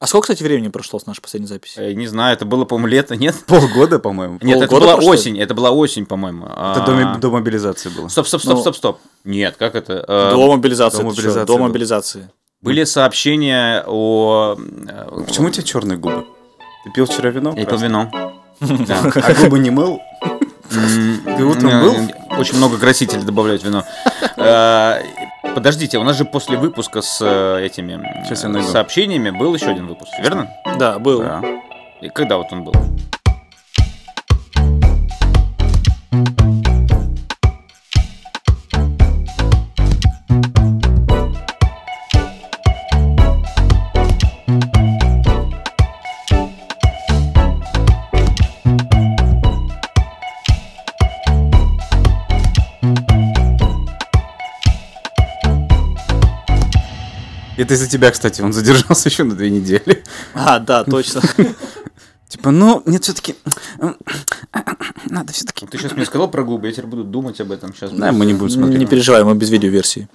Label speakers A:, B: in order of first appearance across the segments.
A: А сколько, кстати, времени прошло с нашей последней записи?
B: Э, Не знаю, это было, по-моему, лето, нет?
C: Полгода, по-моему.
B: Нет, это
A: Полгода
B: была
A: прошло?
B: осень, это была осень, по-моему. А,
C: Это до, ми- до мобилизации было.
B: Стоп, стоп,
A: Ну.
B: стоп, стоп, стоп. Нет, как это? Э,
A: до мобилизации.
C: до
A: это чё,
C: мобилизации
A: До
C: было.
A: мобилизации.
B: Были сообщения о... э,
C: Почему у тебя черные губы? Ты пил вчера вино?
B: Я пил вино. Да.
C: А губы не мыл?
B: Ты
C: утром
B: Очень много красителей добавляют в вино. Э, Подождите, у нас же после выпуска с э, этими м,
C: Сейчас я найду.
B: сообщениями был еще один выпуск, верно?
A: Да, был.
C: Да.
B: И когда вот он был?
C: Это из-за тебя, кстати, он задержался еще на две недели.
A: А, да, точно.
C: Типа, ну, нет, все-таки... Надо все-таки...
B: Ты сейчас мне сказал про губы, я теперь буду думать об этом сейчас.
C: Да, мы не будем смотреть.
A: Не переживай, мы без видеоверсии.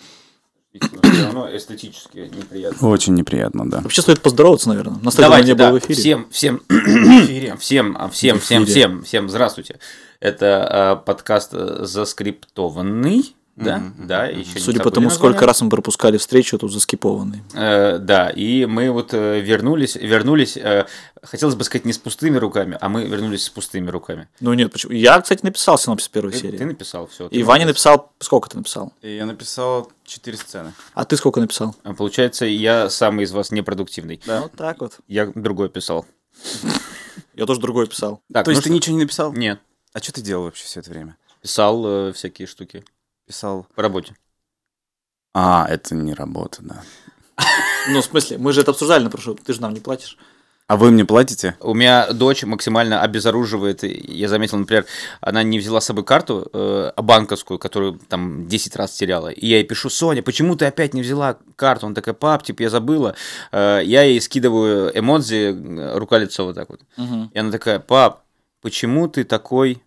B: Все равно эстетически неприятно.
C: Очень неприятно, да.
A: Вообще стоит поздороваться, наверное. Настолько давно
B: Давайте,
A: не
B: да,
A: было в эфире.
B: всем, всем, всем, всем, а, всем,
A: В
B: всем,
A: эфире.
B: всем, всем, здравствуйте. Это э, подкаст э, заскриптованный, да,
C: Мгм,
B: да, еще
A: Судя по тому, сколько раз мы пропускали встречу, тут заскипованный.
B: Э, да, и мы вот э, вернулись, вернулись, э, хотелось бы сказать, не с пустыми руками, а мы вернулись с пустыми руками.
A: Ну нет, почему? Я, кстати, написал синопсис первой
B: Ты, ты
A: серии.
B: написал все.
A: И Ваня написал... Сколько ты написал?
C: Я написал четыре сцены.
A: А ты сколько написал?
B: Э, Получается, я самый из вас непродуктивный.
A: Вот так вот.
B: Я другой писал.
A: Я тоже другой писал.
B: Так,
C: То есть
B: ну
C: ты ничего не написал?
B: что- Нет,
C: А что ты делал вообще все это время?
B: писал э, всякие штуки
C: Писал...
B: по работе.
C: А, это не работа, да.
A: Ну, в смысле, мы же это обсуждали на прошлом. Ты же нам не платишь.
C: А вы мне платите?
B: У меня дочь максимально обезоруживает. и Я заметил, например, она не взяла с собой карту э, банковскую, которую там 10 раз теряла. И я ей пишу, Соня, почему ты опять не взяла карту? Он такая, пап, типа, я забыла. Э, я ей скидываю эмодзи, э, рука-лицо вот так вот. И она такая, пап, почему ты такой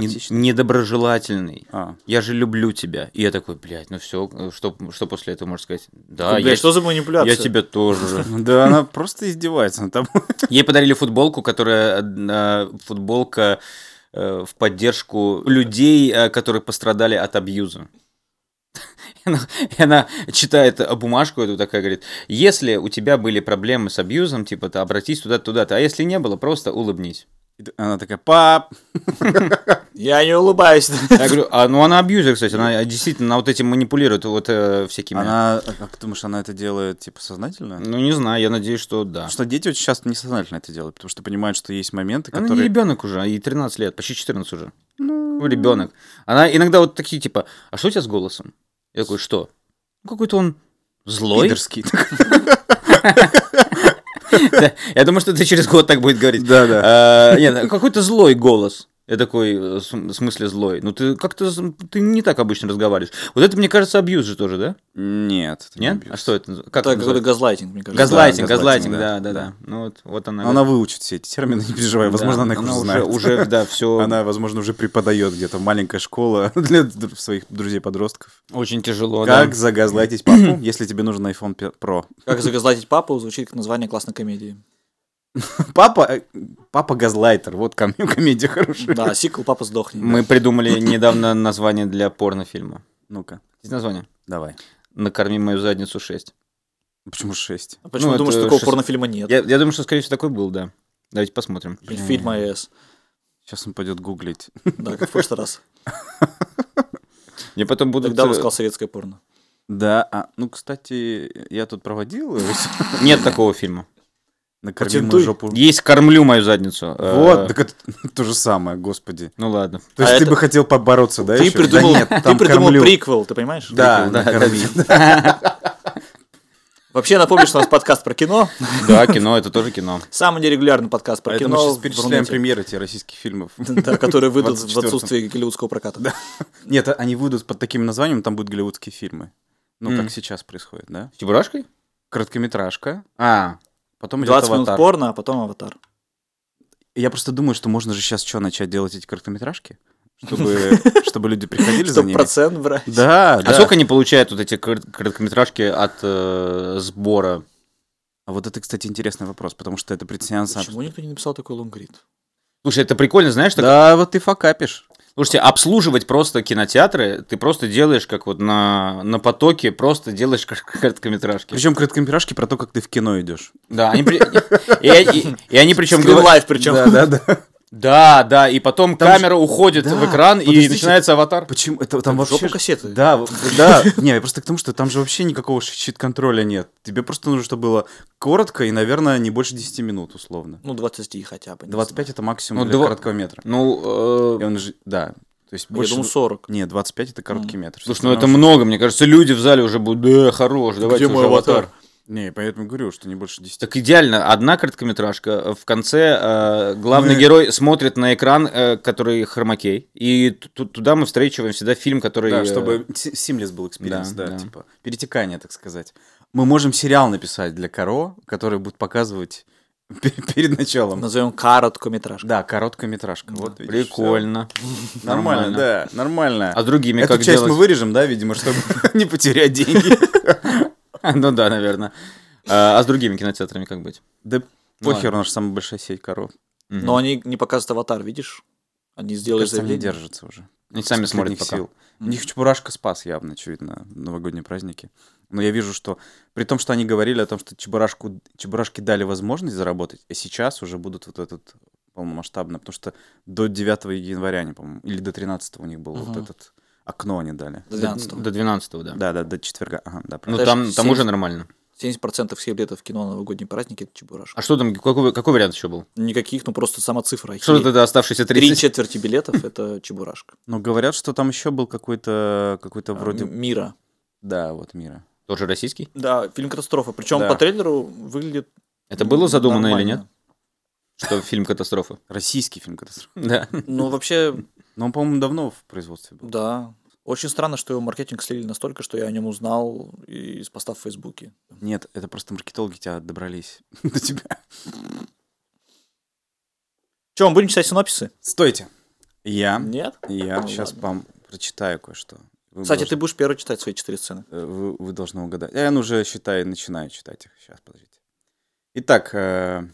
B: не-
C: Токсичный.
B: недоброжелательный?
C: А,
B: Я же люблю тебя. И я такой, блядь, ну все, что, что после этого можно сказать? Да,
A: Блядь,
B: я,
A: что за
B: я
A: манипуляция?
B: тебя тоже.
C: да, она просто издевается над тобой.
B: Ей подарили футболку, которая э, футболка э, в поддержку людей, э, которые пострадали от абьюза. И она, и она читает э, бумажку эту такая, говорит, если у тебя были проблемы с абьюзом, типа, то обратись туда-то, туда-то, а если не было, просто улыбнись.
C: И т- Она такая, пап,
A: Я не улыбаюсь.
B: Я говорю, а, ну она абьюзер, кстати, она действительно она вот этим манипулирует, вот э, всякими.
C: Она, а как ты думаешь, она это делает, типа, сознательно?
B: Ну не знаю, я надеюсь, что да.
C: Потому что дети очень часто несознательно это делают, потому что понимают, что есть моменты,
B: Она
C: которые...
B: не ребенок уже, а ей 13 лет, почти 14 уже. Ну, ребенок. Она иногда вот такие типа, а что у тебя с голосом? Я такой, что? Ну, какой-то он злой.
C: Пидорский.
B: Да, Я думаю, что ты через год так будет говорить.
C: Да, да.
B: А, Нет, какой-то злой голос. Я такой, э, в см- в смысле злой. Ну, ты как-то, з- ты не так обычно разговариваешь. Вот это, мне кажется, абьюз же тоже, да?
C: Нет. это не
B: Нет?
C: абьюз.
B: А что это? наз- Как это
A: Так, какой-то
B: называется?
A: газлайтинг, мне кажется.
B: Газлайтинг,
C: Да,
B: газлайтинг,
C: газлайтинг,
B: да, да,
C: да.
B: да. Ну, вот, вот она.
C: Ну, Она выучит все эти термины, не переживай.
B: Да,
C: Возможно, она их уже
B: уже
C: знает.
B: Уже, да, все.
C: Она, возможно, уже преподает где-то маленькая школа для д- своих друзей-подростков.
B: Очень тяжело, да.
C: Как загазлайтить папу, если тебе нужен iPhone пи- Pro?
A: Как загазлайтить папу звучит как название классной комедии.
C: Папа, э, папа газлайтер, вот ком- комедия хорошая.
A: Да, сиквел «Папа сдохни».
B: Мы придумали недавно название для порнофильма.
C: Ну-ка,
B: Есть название?
C: давай.
B: «Накорми мою задницу 6».
C: Почему 6?
A: А Почему
B: Ну,
A: ты думаешь,
B: это
A: что такого
B: шест-
A: порнофильма нет?
B: Я, я думаю, что, скорее всего, такой был, да. Давайте посмотрим.
A: Или Фильм АЭС.
C: Сейчас он пойдет гуглить.
A: «А Да, как в прошлый раз.
B: Мне потом будут...
A: Тогда
B: э,
A: он сказал советское порно.
C: Да, а, ну, кстати, я тут проводил. э,
B: Нет такого фильма.
C: Накорми мою
A: Патентуй.
C: жопу.
B: Есть «Кормлю мою задницу». Э,
C: Вот, так это то же самое, господи.
B: Ну ладно.
C: То
A: А
C: есть ты
A: это-
C: бы хотел побороться, да?
A: Ты
C: ещё?
A: придумал,
C: Да нет,
A: ты
C: там
A: придумал
C: кормлю.
A: приквел, ты понимаешь?
C: Да,
B: Прикол, да,
C: накорми.
A: Вообще, напомню, что у нас подкаст про кино.
B: Да, кино, это тоже кино.
A: Самый нерегулярный подкаст про
C: Поэтому
A: кино.
C: А сейчас
A: в
C: перечисляем
A: Рунете.
C: премьеры тебе российских фильмов.
A: Да, которые выйдут в
C: 24-м.
A: отсутствии голливудского проката.
C: Нет, а- они выйдут под таким названием, там будут голливудские фильмы. Ну,
B: Мгм.
C: как сейчас происходит, да?
B: С Чебурашкой?
C: Короткометражка,
B: А,
C: потом идет
A: 20 минут
C: аватар.
A: порно, а потом аватар.
C: Я просто думаю, что можно же сейчас что, начать делать эти короткометражки? Чтобы, чтобы люди приходили за
A: Чтобы
C: ними.
A: процент брать.
C: Да,
B: а
C: да.
B: сколько они получают вот эти корот- короткометражки от э, сбора?
C: А вот это, кстати, интересный вопрос, потому что это прецедент.
A: Почему никто не написал такой лонгрид?
B: Слушай, это прикольно, знаешь, так...
C: Да, вот ты факапишь.
B: Слушайте, обслуживать просто кинотеатры, ты просто делаешь как вот на, на потоке, просто делаешь как короткометражки.
C: Причем короткометражки про то, как ты в кино идешь.
B: Да, они при- и, и- и они причем говорят-
A: Скринлайф причем.
C: да, да.
B: Да, да, и потом
C: Там
B: камера уходит
C: Да,
B: в экран и
C: подождите.
B: начинается аватар.
C: Почему? Это там
A: в
C: вообще...
A: жопу
C: ж-
A: кассеты.
C: Да, в- да. Не, я просто к тому, что там же вообще никакого щит-контроля нет. Тебе просто нужно, чтобы было коротко и, наверное, не больше 10 минут, условно.
A: Ну, 20 хотя бы. не
C: 25 это максимум
B: Ну,
C: для
B: два-
C: короткого метра.
B: Ну,
C: И
B: э,
C: он же, да. То есть
A: знаю.
C: больше...
A: Я думал 40.
C: Не, 25 это короткий метр.
B: слушай, ну это много, мне кажется, люди в зале уже будут, да, хорош, давайте
A: мой
B: уже
A: аватар?
B: аватар.
C: Не, я поэтому и говорю, что не больше 10.
B: Так идеально, одна короткометражка, в конце э, главный
C: Мы-
B: герой смотрит на экран, э, который хромакей, и ту- ту- туда мы встречиваем всегда фильм, который...
C: Да,
B: э,
C: чтобы симлес был экспириенс,
B: да,
C: да,
B: да.
C: типа перетекание, так сказать. Мы можем сериал написать для Коро, который будет показывать пе- перед началом.
A: Назовем короткометражка.
C: Да, короткометражка. Вот, видишь,
B: Прикольно.
C: всё. Нормально, да, нормально.
B: А с другими
C: Эту
B: как
C: часть
B: делать?
C: мы вырежем, да, видимо, чтобы не потерять деньги.
B: Ну да, наверное. А а с другими кинотеатрами как быть?
C: Да
B: ладно.
C: похер, наша самая большая сеть коров.
B: Мгм.
A: Но они не показывают аватар, видишь? Они сделали
C: Кажется, они
A: заявление.
C: держатся уже.
B: Они сами
C: Из
B: смотрят
C: последних
B: пока.
C: сил. У них Чебурашка спас явно, очевидно, новогодние праздники. Но я вижу, что при том, что они говорили о том, что Чебурашку, Чебурашке дали возможность заработать, а сейчас уже будут вот этот полномасштабно, потому что до 9 января, не помню, или до 13 у них было вот
A: Ага.
C: этот окно они дали.
A: До 12
B: До 12 да.
C: Да, да, до четверга. Ага, да,
B: Ну
A: Даже
B: там, там
A: семь-
B: уже нормально.
A: 70% всех билетов в кино на новогодние праздники — это Чебурашка.
B: А что там, какой, какой вариант еще был?
A: Никаких, ну просто сама цифра.
B: Что
A: ахереет.
B: это за оставшиеся
A: Три
B: 30?
A: четверти билетов — это Чебурашка.
C: Но говорят, что там еще был какой-то, какой-то вроде,
A: А, М- Мира.
C: да, вот мира.
B: Тоже российский?
A: Да, фильм «Катастрофа». Причем
C: Да.
A: по трейлеру выглядит
B: Это было задумано или нет?
A: Ну, нормально.
B: Что фильм катастрофа?
C: Российский фильм катастрофа.
B: Да.
A: Ну, вообще,
C: Но он, по-моему, давно в производстве был.
A: да. Очень странно, что его маркетинг слили настолько, что я о нем узнал из поста в Фейсбуке.
C: Нет, это просто маркетологи тебя добрались до тебя.
A: Че, мы будем читать синописы?
C: Стойте. Я,
A: Нет?
C: я
A: Ну,
C: сейчас
A: ладно.
C: вам прочитаю кое-что. Вы
A: Кстати, ты
C: должны-
A: будешь первый читать свои четыре сцены.
C: э, Вы, вы должны угадать. Я ну, уже, считай, начинаю читать их. Сейчас, подождите. Итак, э,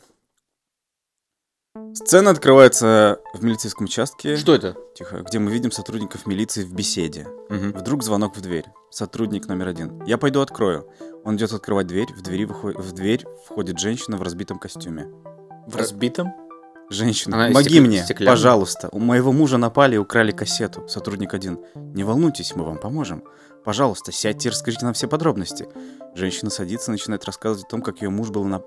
C: сцена открывается в милицейском участке.
B: Что это?
C: Тихо. Где мы видим сотрудников милиции в беседе.
B: Мгм.
C: Вдруг звонок в дверь. Сотрудник номер один. Я пойду открою. Он идет открывать дверь. В, двери выходит, в дверь входит женщина в разбитом костюме.
A: В разбитом?
C: Женщина,
B: Она
C: помоги
B: стекля-
C: мне,
B: стеклянная?
C: пожалуйста. У моего мужа напали и украли кассету. Сотрудник один. Не волнуйтесь, мы вам поможем. Пожалуйста, сядьте и расскажите нам все подробности. Женщина садится и начинает рассказывать о том, как ее муж был на...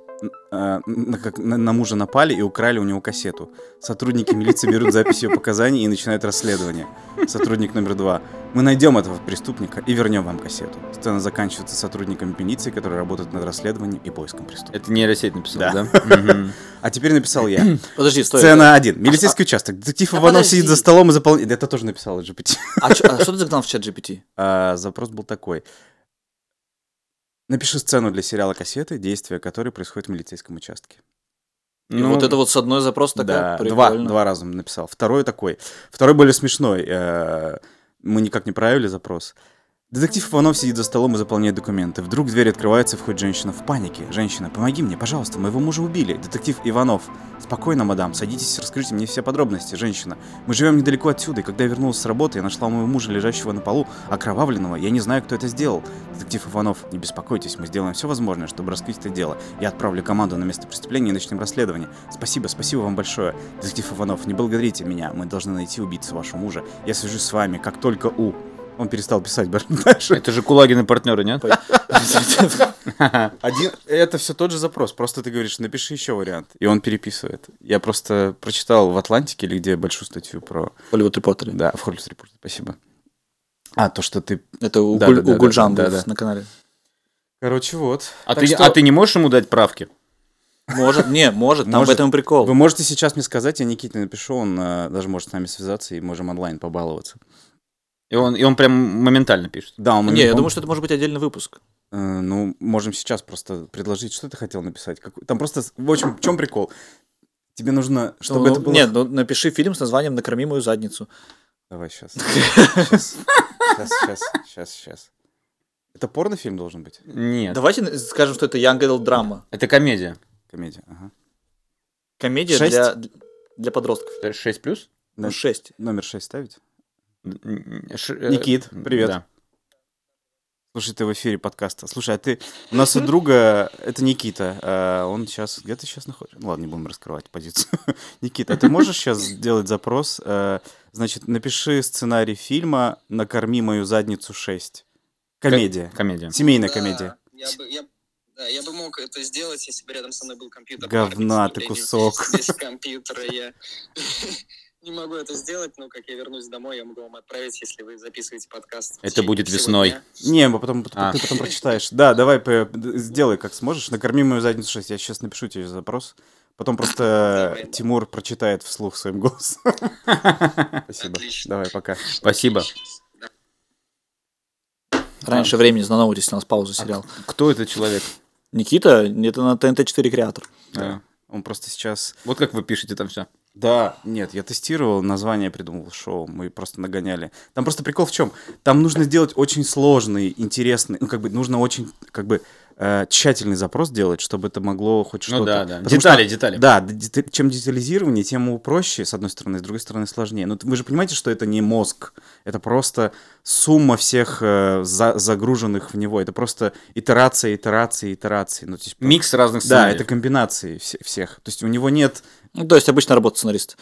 C: э, на- как на, на мужа напали и украли у него кассету. Сотрудники милиции берут запись ее показаний и начинают расследование. Сотрудник номер два. Мы найдем этого преступника и вернем вам кассету. Сцена заканчивается сотрудниками милиции, которые работают над расследованием и поиском преступника.
B: Это нейросеть написала, да?
C: Да.
B: Мгм.
C: А теперь написал я.
A: Подожди, стой.
C: Сцена 1. Милицейский участок. Детектив
A: Да
C: Иванов
A: А подожди.
C: сидит за столом и заполняет... Да Это тоже написал GPT.
A: А, чё- а что ты загнал в чат GPT?
C: А, Запрос был такой. Напиши сцену для сериала «Кассеты», действия которой происходят в милицейском участке.
A: И вот
B: Ну,
A: это вот с одной запрос
C: Ну, Да,
A: такая
C: два,
A: прикольно.
C: два раза написал. Второй такой. Второй более смешной. Э, Мы никак не правили запрос. Детектив Иванов сидит за столом и заполняет документы. Вдруг дверь открывается, и входит женщина в панике. Женщина, помоги мне, пожалуйста, моего мужа убили. Детектив Иванов. Спокойно, мадам, садитесь, расскажите мне все подробности. Женщина, мы живем недалеко отсюда, и когда я вернулась с работы, я нашла моего мужа, лежащего на полу, окровавленного. Я не знаю, кто это сделал. Детектив Иванов, не беспокойтесь, мы сделаем все возможное, чтобы раскрыть это дело. Я отправлю команду на место преступления и начнем расследование. Спасибо, спасибо вам большое. Детектив Иванов, не благодарите меня, мы должны найти убийцу вашего мужа. Я свяжусь с вами, как только у... Он перестал писать бар- дальше.
B: Это же Кулагин и партнеры, нет?
C: Один... Это все тот же запрос, просто ты говоришь, напиши еще вариант. И он переписывает. Я просто прочитал в Атлантике или где большую статью про...
A: Hollywood Reporter.
C: Да, в Холлис Репорт, спасибо. А, то, что ты...
A: Это у,
C: Да,
A: Гуль-
C: да, да,
A: у
C: да,
A: Гульжан
C: да,
A: был
C: да.
A: на канале.
C: Короче, вот.
B: А
C: Так
B: ты,
C: что-
B: а ты не можешь ему дать правки?
A: Может, не, может, там в
C: Может.
A: этом и прикол.
C: Вы можете сейчас мне сказать, я Никите напишу, он э, даже может с нами связаться и можем онлайн побаловаться.
B: И он, и он прям моментально пишет.
C: Да, он...
A: Не, я
C: он-
A: думаю, что это может быть отдельный выпуск.
C: Э, ну, можем сейчас просто предложить, что ты хотел написать. Какой- Там просто, с- в общем, в чем прикол? Тебе нужно, чтобы
A: Ну,
C: это было...
A: Нет, ну напиши фильм с названием «Накорми мою задницу».
C: Давай сейчас. Сейчас, сейчас, сейчас, сейчас. Это порнофильм должен быть?
B: Нет,
A: Давайте скажем, что это Young Adult драма.
B: это комедия.
C: Комедия, ага.
A: Комедия
C: Шесть?
A: для, для подростков.
B: Это 6 плюс?
A: Ну,
C: Да.
A: шесть.
C: Номер 6 ставить? Никит,
B: э, Никит,
C: привет. Слушай, ты в эфире подкаста. Слушай, а ты... У нас у друга... Это Никита. э, Он сейчас... Где ты сейчас находишься? Ну ладно, не будем раскрывать позицию. Никита, а ты можешь сейчас сделать запрос? э, Значит, напиши сценарий фильма «Накорми мою задницу 6». Комедия.
B: Комедия.
C: Семейная
D: Да,
C: комедия.
D: Я бы, я, да, я бы мог это сделать, если бы рядом со мной был компьютер.
C: Говна
D: Но, к
C: ты
D: сожалению,
C: кусок.
D: Здесь компьютер, и я не могу это сделать, но как я вернусь домой, я могу вам отправить, если вы записываете подкаст. в
B: Это
D: течение
B: будет
D: всего
B: весной.
D: дня.
C: Не, мы потом, потом-
B: А.
C: ты потом прочитаешь. Да, давай п- д- сделай как сможешь. Накорми мою задницу 6. Я сейчас напишу тебе запрос. Потом просто
D: Давай, да.
C: Тимур прочитает вслух своим голосом. Спасибо.
D: Отлично.
C: Давай, пока.
B: Спасибо.
C: А.
A: Раньше времени здесь у нас паузу сериал.
B: Кто этот человек?
A: Никита, это на ТНТ-4 креатор.
C: Да. Он просто сейчас...
B: Вот как вы пишете там Ну все.
C: Да, нет, я тестировал, название придумал шоу, мы просто нагоняли. Там просто прикол в чем? Там нужно сделать очень сложный, интересный, ну как бы нужно очень, как бы э, тщательный запрос делать, чтобы это могло хоть что-то.
B: Ну да, да.
C: Потому
B: Детали,
C: что-
B: детали.
C: Да, д- дета- чем детализирование, тем проще, с одной стороны, с другой стороны, сложнее. Но т- вы же понимаете, что это не мозг, это просто сумма всех э, за- загруженных в него, это просто итерация, итерации, итерации. Ну, то есть,
B: Микс разных
C: Да,
B: сценариев.
C: это комбинации все- всех. То есть у него нет
A: Ну, то есть обычно работа сценарист.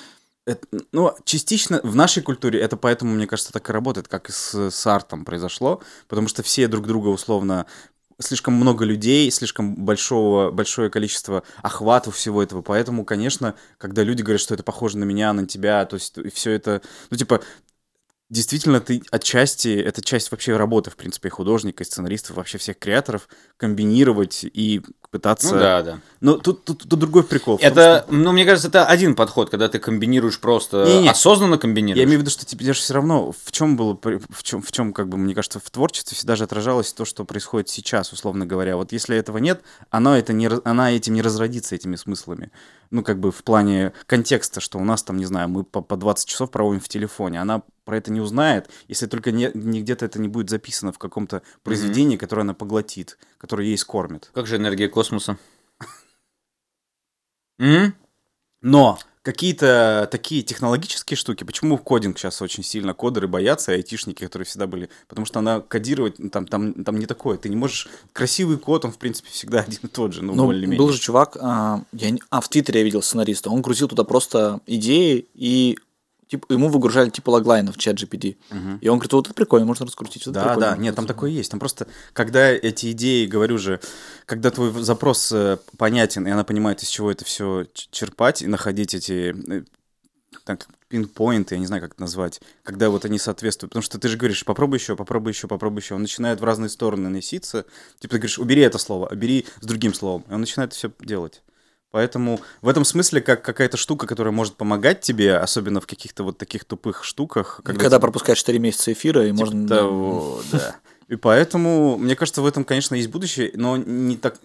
C: это, ну, частично в нашей культуре это поэтому, мне кажется, так и работает, как и с, с артом произошло, потому что все друг друга условно слишком много людей, слишком большого, большое количество охвата всего этого. Поэтому, конечно, когда люди говорят, что это похоже на меня, на тебя, то есть все это, ну, типа, действительно, ты отчасти, это часть вообще работы, в принципе, и художника, и сценаристов, вообще всех креаторов, комбинировать и пытаться...
B: Ну да, да.
C: Но тут, тут, тут другой прикол. в том, что-
B: Это, ну, мне кажется, это один подход, когда ты комбинируешь просто,
C: Не-не.
B: осознанно
C: Я
B: комбинируешь.
C: имею в виду, что тебе же все равно, в чем было, при- в чем, в чем, как бы, мне кажется, в творчестве всегда же отражалось то, что происходит сейчас, условно говоря. Вот если этого нет, она, это не, раз- она этим не разродится, этими смыслами. Ну, как бы в плане контекста, что у нас там, не знаю, мы по, по 20 часов проводим в телефоне, она про это не узнает, если только не, не где-то это не будет записано в каком-то произведении, которое она поглотит, которое ей скормит.
B: Как же энергия космоса? М?
C: Но какие-то такие технологические штуки, почему кодинг сейчас очень сильно, кодеры боятся, и айтишники, которые всегда были, потому что она кодировать, ну, там, там, там не такое, ты не можешь, красивый код, он, в принципе, всегда один и тот же, ну,
A: Ну,
C: более-менее.
A: был же чувак, а, я не- а, в Твиттере я видел сценариста, он грузил туда просто идеи, и тип- ему выгружали типа логлайна в чат GPT.
C: Мгм.
A: И он говорит, вот это прикольно, можно раскрутить. вот это
C: Да,
A: прикольно.
C: да, нет, там такое есть. Там просто, когда эти идеи, говорю же, когда твой в- запрос э, понятен, и она понимает, из чего это все черпать, и находить эти э, так, пинпоинты, я не знаю, как это назвать, когда вот они соответствуют. Потому что ты же говоришь, попробуй еще, попробуй еще, попробуй еще. Он начинает в разные стороны носиться. Типа ты говоришь, убери это слово, убери с другим словом. И он начинает все делать. Поэтому в этом смысле как какая-то штука, которая может помогать тебе, особенно в каких-то вот таких тупых штуках.
A: Когда,
C: тебе-
A: пропускаешь 4 месяца эфира, и
C: Типа
A: можно... ну,
C: того, да. И поэтому, мне кажется, в этом, конечно, есть будущее, но не так,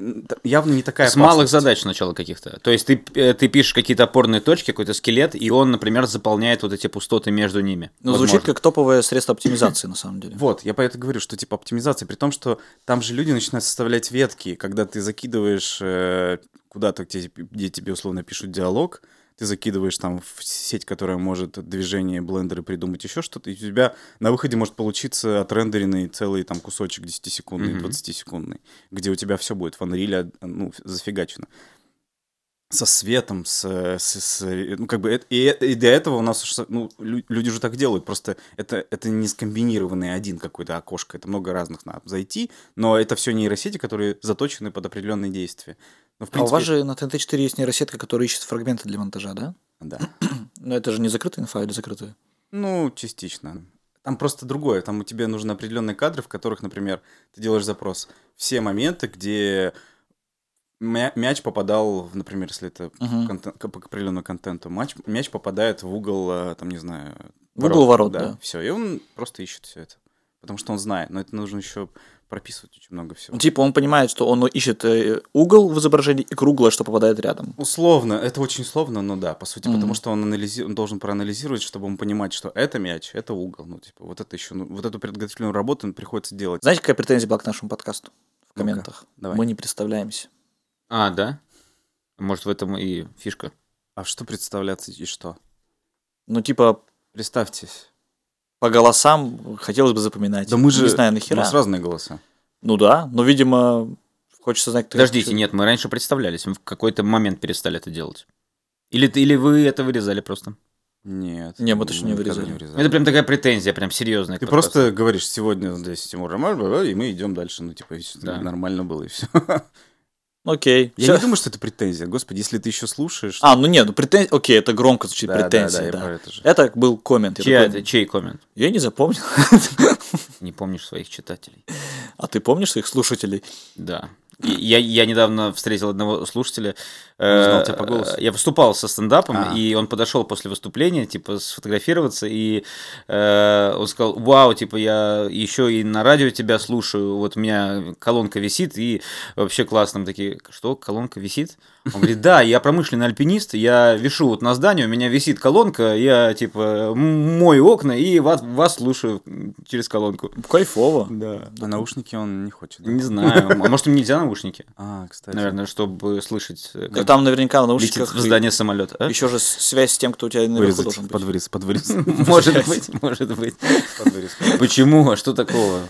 C: явно не такая
B: С малых
C: опасность.
B: задач сначала каких-то. То есть ты, э, ты пишешь какие-то опорные точки, какой-то скелет, и он, например, заполняет вот эти пустоты между ними.
A: Ну,
B: Возможно.
A: звучит как топовое средство оптимизации, на самом деле.
C: Вот, я поэтому говорю, что типа оптимизация, при том, что там же люди начинают составлять ветки, когда ты закидываешь э, куда-то, где, те- где тебе условно пишут диалог, ты закидываешь там в сеть, которая может движение блендера придумать еще что-то, и у тебя на выходе может получиться отрендеренный целый там кусочек 10-секундный,
B: Мгм.
C: 20-секундный, где у тебя все будет в Unreal ну, зафигачено. со светом, с, э, с- с, э, ну, как бы, это- и, э- и до этого у нас, уж со- ну, лю- люди уже так делают, просто это, это не скомбинированный один какой-то окошко, это много разных надо зайти, но это все нейросети, которые заточены под определенные действия. Ну, в
A: А у
C: принципе,
A: вас же на ТНТ-4 есть нейросетка, которая ищет фрагменты для монтажа, да?
C: да.
A: Но это же не закрытая инфа или закрытая?
C: Ну, частично. Там просто другое. Там у тебя нужны определенные кадры, в которых, например, ты делаешь запрос. Все моменты, где мя- мяч попадал, в- например, если это
A: Мгм.
C: контен- к к определенному контенту, мяч, мяч попадает в угол, э, там, не знаю...
A: В угол ворот, да.
C: Все, и он просто ищет все это. Потому что он знает, но это нужно еще прописывать очень много всего.
A: Ну, Типа он понимает, что он ищет э, угол в изображении и круглое, что попадает рядом.
C: Условно, это очень условно, но да, по сути,
A: Мгм.
C: потому что он, анализи- он должен проанализировать, чтобы он понимать, что это мяч, это угол, ну типа вот это еще, ну, вот эту подготовительную работу приходится делать.
A: Знаете, какая претензия была к нашему подкасту? В
C: Ну-ка,
A: комментах.
C: давай.
A: Мы не представляемся.
B: А, да? Может, в этом и фишка.
C: А что представляться и что?
A: Ну, типа,
C: Представьтесь.
A: по голосам хотелось бы запоминать.
C: Да мы же
A: Не знаю,
C: У
A: нахера.
C: нас разные голоса.
A: Ну да, но, видимо, хочется знать, кто...
B: Подождите,
A: это.
B: нет, мы раньше представлялись, мы в какой-то момент перестали это делать. Или, ты- или вы это вырезали просто?
C: Нет.
A: Не, мы точно не
C: никогда
A: вырезали.
B: Это прям такая претензия, прям серьезная.
C: Ты
B: к
C: просто говоришь, сегодня здесь Тимур Ромар, бла-бла, и мы идем дальше. Ну, типа, и всё
B: Да.
C: нормально было, и все.
A: Окей.
C: Я
A: Всё.
C: не думаю, что это претензия. Господи, если ты еще слушаешь...
A: А, ну нет, ну претензия... Окей, это громко звучит,
C: Да, да, да,
A: претензия,
C: я
A: да.
C: про это же.
A: Это был коммент.
B: подкасту.
A: Я,
B: Чья-
A: такой,
B: чей коммент?
A: я не запомнил.
B: Не помнишь своих читателей.
A: А ты помнишь своих слушателей?
B: Да. И Я, я недавно встретил одного слушателя.
C: Он узнал
B: Э,
C: тебя по голосу?
B: Я выступал со стендапом,
C: А.
B: и он подошел после выступления, типа, сфотографироваться, и э, он сказал, вау, типа, я еще и на радио тебя слушаю, вот у меня колонка висит, и вообще классно. Мы такие, что, колонка висит? Он говорит, да, я промышленный альпинист, я вешу вот на здании, у меня висит колонка, я, типа, м- мою окна и вас, вас слушаю через колонку.
A: Кайфово.
B: Да.
C: А наушники он не хочет. да?
B: Не знаю, а может, им нельзя наушники?
C: А, кстати.
B: Наверное, чтобы слышать, э,
A: Да
B: как
A: там наверняка в
B: летит
A: наушниках...
B: в здание самолет. а?
A: Еще же с- связь с тем, кто у тебя наверху должен быть.
C: Вырезать, подвырез, подвырез.
B: Может быть, может быть.
C: Подвырез, подвырез.
B: Почему? А что такого?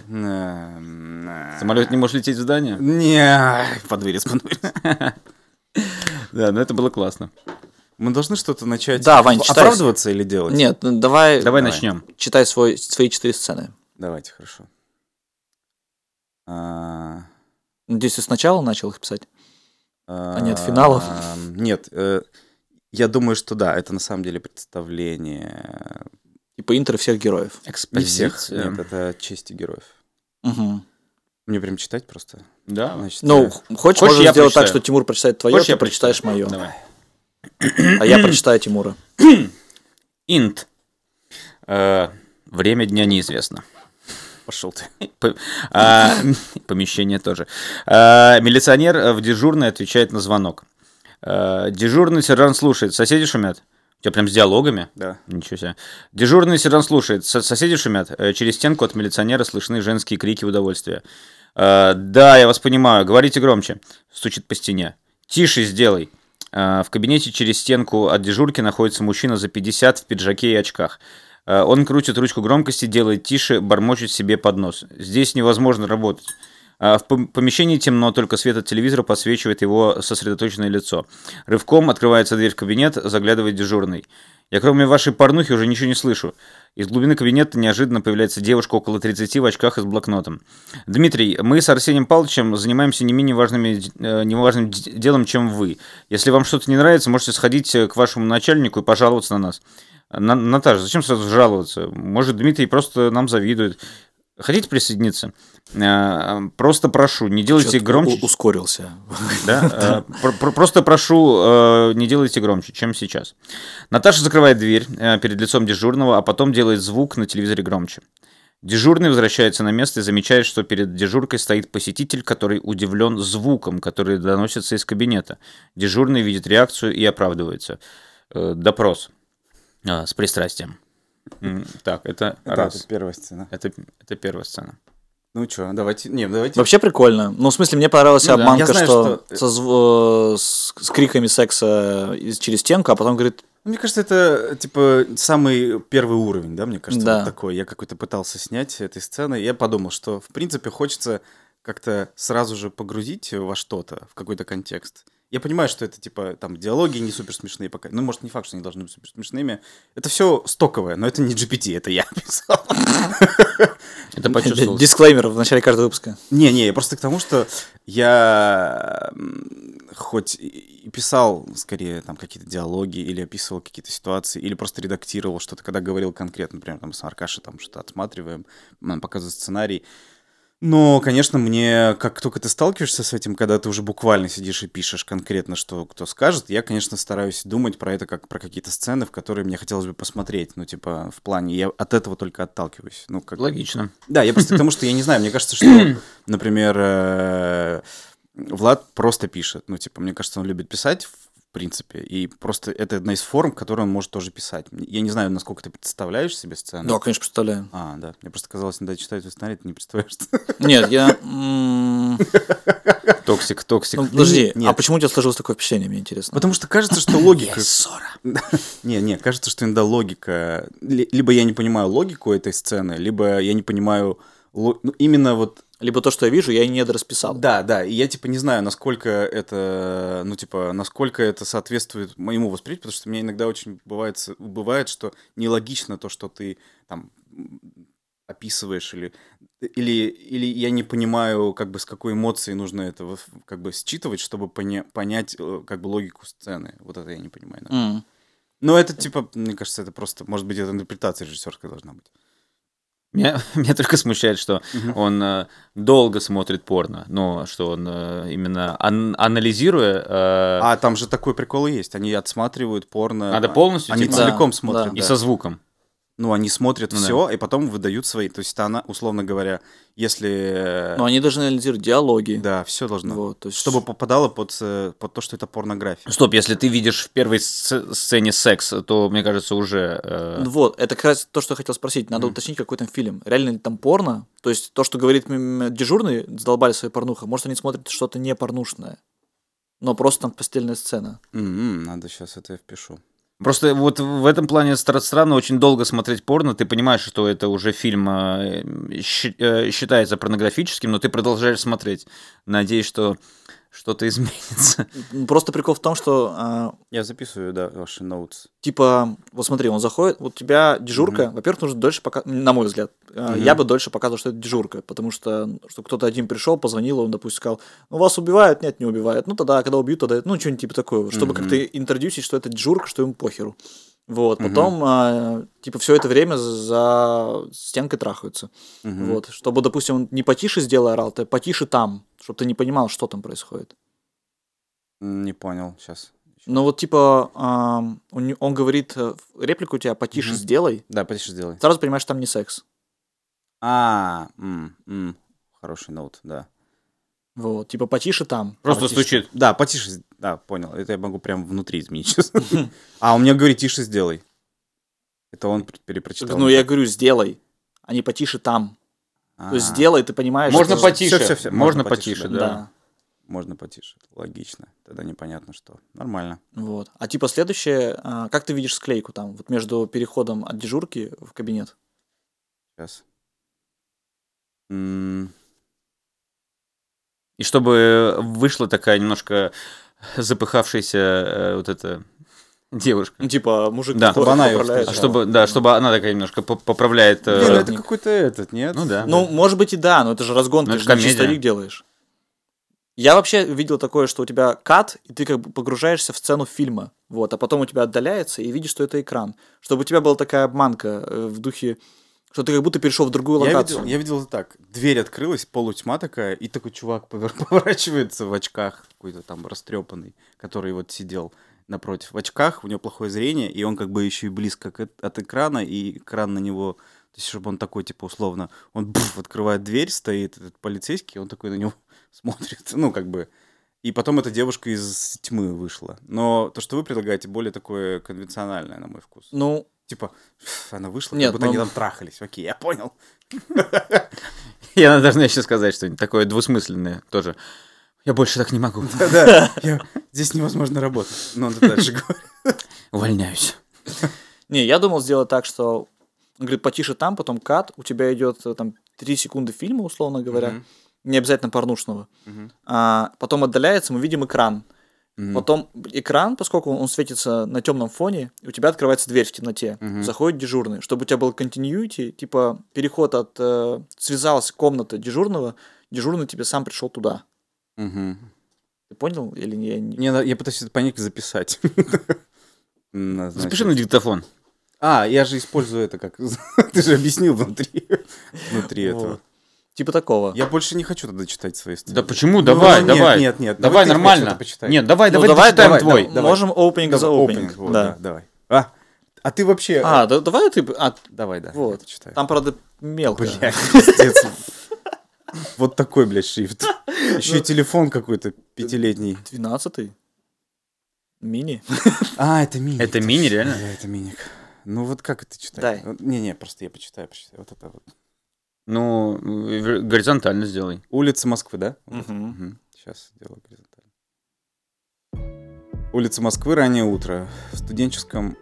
C: Эм, э,
B: Самолет не может лететь в здание?
C: Не, подвырез, подвырез.
B: Да, но это было классно.
C: Мы должны что-то начать...
A: Да, Вань, читай.
C: Оправдываться или делать?
A: Нет, ну, давай,
B: Давай
C: Давай.
B: начнем.
A: читай свой, свои четыре сцены.
C: Давайте, хорошо. А,
A: Надеюсь, ты сначала начал их писать?
C: А
A: нет финалов?
C: Нет, э, я думаю, что да, это на самом деле представление
A: Типа интро всех героев.
C: не всех.
B: Экспозиция.
C: Нет, это чести героев.
A: Угу.
C: Мне прям читать просто.
B: Да.
C: Значит,
A: Ну, х-
C: э,
A: хочешь,
B: Хочешь,
A: можно
B: я
A: сделать
B: прочитаю?
A: так, что Тимур прочитает твое,
B: Хочешь,
A: ты
B: я
A: прочитаешь мое.
B: прочитаю? Давай.
A: А я прочитаю Тимура.
B: Инт. Э, Время дня неизвестно.
C: пошел ты.
B: П- а, Помещение тоже. А, Милиционер э, в дежурной отвечает на звонок. Э, Дежурный сержант слушает. Соседи шумят. У тебя прям с диалогами?
C: Да.
B: Ничего себе. Дежурный сержант слушает. Со- Соседи шумят. Э, Через стенку от милиционера слышны женские крики удовольствия. Э, Да, я вас понимаю. Говорите громче. Стучит по стене. Тише сделай. Э, В кабинете через стенку от дежурки находится мужчина за 50 в пиджаке и очках. Э, Он крутит ручку громкости, делает тише, бормочет себе под нос. Здесь невозможно работать. А, В пом- помещении темно, только свет от телевизора подсвечивает его сосредоточенное лицо. Рывком открывается дверь в кабинет, заглядывает дежурный. Я кроме вашей порнухи уже ничего не слышу. Из глубины кабинета неожиданно появляется девушка около 30 в очках и с блокнотом. Дмитрий, мы с Арсением Павловичем занимаемся не менее важными, э, не важным д- делом, чем вы. Если вам что-то не нравится, можете сходить э, к вашему начальнику и пожаловаться на нас. На- Наташа, зачем сразу жаловаться? Может, Дмитрий просто нам завидует. Хотите присоединиться? Э, Просто прошу, не делайте
A: Чё-то
B: громче.
A: у- Ускорился.
B: Да? э, про- про- Просто прошу, э, не делайте громче, чем сейчас. Наташа закрывает дверь э, перед лицом дежурного, а потом делает звук на телевизоре громче. Дежурный возвращается на место и замечает, что перед дежуркой стоит посетитель, который удивлен звуком, который доносится из кабинета. Дежурный видит реакцию и оправдывается. Э, Допрос. А, С пристрастием. М, Так, это
C: Да,
B: раз.
C: это первая сцена.
B: Это, это первая сцена.
C: Ну что, давайте... Не, давайте...
A: Вообще прикольно. Ну, в смысле, мне понравилась
C: Ну да,
A: обманка,
C: я знаю,
A: что,
C: что-
A: со зв- э, с, с криками секса из- через стенку, а потом говорит,
C: Ну, Мне кажется, это, типа, самый первый уровень, да, мне кажется,
A: Да.
C: вот такой. Я какой-то пытался снять этой сцены. Я подумал, что, в принципе, хочется как-то сразу же погрузить во что-то, в какой-то контекст. Я понимаю, что это, типа, там, диалоги не супер смешные пока. Ну, может, не факт, что они должны быть супер смешными. Это все стоковое, но это не GPT, это я писал.
B: Это почувствовал.
A: дисклеймер в начале каждого выпуска.
C: Не-не, я просто к тому, что я м, хоть и писал скорее там какие-то диалоги или описывал какие-то ситуации, или просто редактировал что-то, когда говорил конкретно, например, там с Аркашей там что-то отсматриваем, нам показывают сценарий, Но, конечно, мне, как только ты сталкиваешься с этим, когда ты уже буквально сидишь и пишешь конкретно, что кто скажет, я, конечно, стараюсь думать про это как про какие-то сцены, в которые мне хотелось бы посмотреть. Ну, типа, в плане, я от этого только отталкиваюсь. Ну, как...
B: Логично.
C: Да, я просто к тому, что я не знаю, мне кажется, что, например, э, Влад просто пишет. Ну, типа, мне кажется, он любит писать, в принципе, и просто это одна из форм, которую он может тоже писать. Я не знаю, насколько ты представляешь себе сцену.
A: Да, конечно, представляю.
C: А, да. Мне просто казалось, надо читать и ты не представляешь.
A: Нет, я... м,
B: Токсик, токсик.
A: ну, Подожди,
C: Нет.
A: а почему у тебя сложилось такое впечатление, мне интересно?
C: Потому что кажется, что логика...
A: ссора.
C: Не, не, кажется, что иногда логика... ли- Либо я не понимаю логику этой сцены, либо я не понимаю... ло- ну, именно вот...
A: Либо то, что я вижу, я не дорасписал.
C: Да, да, и я, типа, не знаю, насколько это... Ну, типа, насколько это соответствует моему восприятию, потому что мне иногда очень бывает, с- бывает что нелогично то, что ты там м, описываешь или... Или, или я не понимаю, как бы с какой эмоцией нужно это вот, как бы считывать, чтобы поня- понять э, как бы логику сцены. Вот это я не понимаю. иногда.
A: М.
C: Ну, это типа, мне кажется, это просто, может быть, это интерпретация режиссерская должна быть.
B: Меня, меня только смущает, что он э, долго смотрит порно, но что он э, именно ан- анализируя... э,
C: А там же такой прикол и есть. Они отсматривают порно.
B: Надо полностью,
C: Они
B: типа?
C: целиком
A: Да,
C: смотрят.
A: да.
B: и
C: да.
B: со звуком.
C: Ну, они смотрят
B: Ну да.
C: все, и потом выдают свои. То есть, это она, условно говоря, если. э,
A: Но Ну, они должны анализировать диалоги.
C: Да, все должно.
A: Вот, то есть-
C: Чтобы попадало под, э, под то, что это порнография.
B: Стоп, если ты видишь в первой сц- сцене секс, то, мне кажется, уже... э,
C: Ну,
A: Ну Вот, это как раз то, что я хотел спросить. Надо
C: Мгм.
A: уточнить, какой там фильм. Реально ли там порно? То есть то, что говорит м, м, дежурный, задолбали свои порнуха, может, они смотрят что-то не порнушное. Но просто там постельная сцена.
C: М, м, М-м, надо сейчас это я впишу.
B: Просто вот в этом плане стра- странно очень долго смотреть порно, ты понимаешь, что это уже фильм э, щи- э, считается порнографическим, но ты продолжаешь смотреть, надеясь, что что-то изменится.
A: М, Просто прикол в том, что а,
C: Я записываю, да, ваши ноутс.
A: типа, вот смотри, он заходит, вот у тебя дежурка, во-первых, нужно дольше показывать, на мой взгляд, э,
C: Мгм.
A: я бы дольше показывал, что это дежурка, потому что, что кто-то один пришел, позвонил, он, допустим, сказал, ну, вас убивают, нет, не убивают, ну, тогда, когда убьют, тогда, ну, что-нибудь типа такое, вот, чтобы
C: Мгм.
A: как-то интродюсить, что это дежурка, что им похеру. Вот,
C: Мгм.
A: потом, э, типа, все это время за стенкой трахаются.
C: Мгм.
A: Вот, чтобы, допустим, он не потише сделай орал, ты потише там, чтобы ты не понимал, что там происходит.
C: М, Не понял, сейчас.
A: Но вот, типа, ам, он, не- он говорит, э, реплику у тебя потише
C: Мгм.
A: сделай,
C: Да, потише сделай.
A: сразу понимаешь, там не секс.
C: А, м, м, хороший ноут, да.
A: Вот, типа потише там.
B: Просто
C: потише.
B: стучит.
C: Да, потише. Да, понял. Это я могу прям внутри изменить сейчас. А, он мне говорит, тише сделай. Это он пр- перепрочитал.
A: Ну, я говорю, сделай. А не потише там.
C: А.
A: То есть сделай, ты понимаешь.
B: Можно
A: что-
C: потише,
B: потише,
C: всё-всё-всё, можно
B: можно
C: потише,
B: потише,
A: А. Да.
B: да.
C: Можно потише. Логично. Тогда непонятно что. Нормально.
A: Вот. А типа следующее, а, как ты видишь склейку там, вот между переходом от дежурки в кабинет?
C: Сейчас. М,
B: И чтобы э, вышла такая немножко запыхавшаяся э, вот эта девушка.
A: Ну, типа, мужик
B: Да,
A: такой
C: чтобы она её
A: поправляет.
B: А
C: сначала.
B: чтобы, да, чтобы она такая немножко по- поправляет... э,
C: Блин, ну
A: Блин,
C: это какой-то этот, нет?
B: Ну да.
A: Ну, может быть и да, но это же разгон,
B: Ну,
A: ты
B: это
A: же не
B: комедия.
A: чистовик делаешь. Я вообще видел такое, что у тебя кат, и ты как бы погружаешься в сцену фильма, вот, а потом у тебя отдаляется, и видишь, что это экран. Чтобы у тебя была такая обманка э, в духе, что ты как будто перешел в другую
C: Я
A: локацию.
C: видел, я видел это так. Дверь открылась, полутьма такая, и такой чувак повер- поворачивается в очках, какой-то там растрепанный, который вот сидел напротив в очках, у него плохое зрение, и он как бы еще и близко к эт- от экрана, и экран на него, то есть чтобы он такой, типа, условно, он бф, открывает дверь, стоит этот полицейский, он такой на него смотрит, ну, как бы. И потом эта девушка из тьмы вышла. Но то, что вы предлагаете, более такое конвенциональное, на мой вкус.
A: Ну,
C: Типа, она вышла,
A: Нет,
C: как будто
A: ну-
C: они там трахались. Окей, я понял.
B: И она должна еще сказать что-нибудь такое двусмысленное тоже. Я больше так не могу.
C: Да, я- здесь невозможно работать. Но он дальше говорит.
B: Увольняюсь.
A: не, я думал сделать так, что, он говорит, потише там, потом кат, у тебя идет э, там 3 секунды фильма, условно говоря,
C: Мгм.
A: не обязательно порнушного.
C: Мгм.
A: А, потом отдаляется, мы видим экран.
C: Мгм.
A: Потом экран, поскольку он светится на темном фоне, у тебя открывается дверь в темноте.
C: Мгм.
A: Заходит дежурный. Чтобы у тебя был continuity, типа переход от... э, связалась комната дежурного, дежурный тебе сам пришел туда.
C: Мгм.
A: Ты понял или не? Я не-
C: Мне на- Я пытаюсь это понять, записать. М, значит.
B: Запиши на диктофон.
C: А, я же использую это как... Ты же объяснил внутри. Внутри
A: Вот.
C: этого.
A: Типа такого.
C: Я больше не хочу тогда читать свои статьи.
B: Да почему? Давай,
C: Ну, нет,
B: давай.
C: Нет, нет,
B: Давай
C: ты
B: нормально.
C: что-то почитай.
B: Нет, давай,
A: Ну,
B: давай,
A: давай,
B: дочитаем
A: давай,
B: твой.
C: давай.
A: Можем opening за
C: Давай,
A: opening.
C: вот,
A: да.
C: давай. А, а ты вообще...
A: А, да, давай ты... А,
C: Давай, да.
A: вот.
C: Читай.
A: Там, правда, мелко.
C: Блядь, пиздец. Вот такой, блядь, шрифт. Еще
A: Ну.
C: и телефон какой-то пятилетний.
A: 12 Мини.
C: А, это мини.
B: Это мини, реально?
C: Да, это миник. Ну вот как это читать?
A: Дай.
C: Вот- Не-не, просто я почитаю, почитаю. Вот это вот.
B: Ну, в- горизонтально сделай.
C: Улица Москвы, да?
A: Мгм.
C: Сейчас сделаю горизонтально. Улица Москвы, раннее утро. В студенческом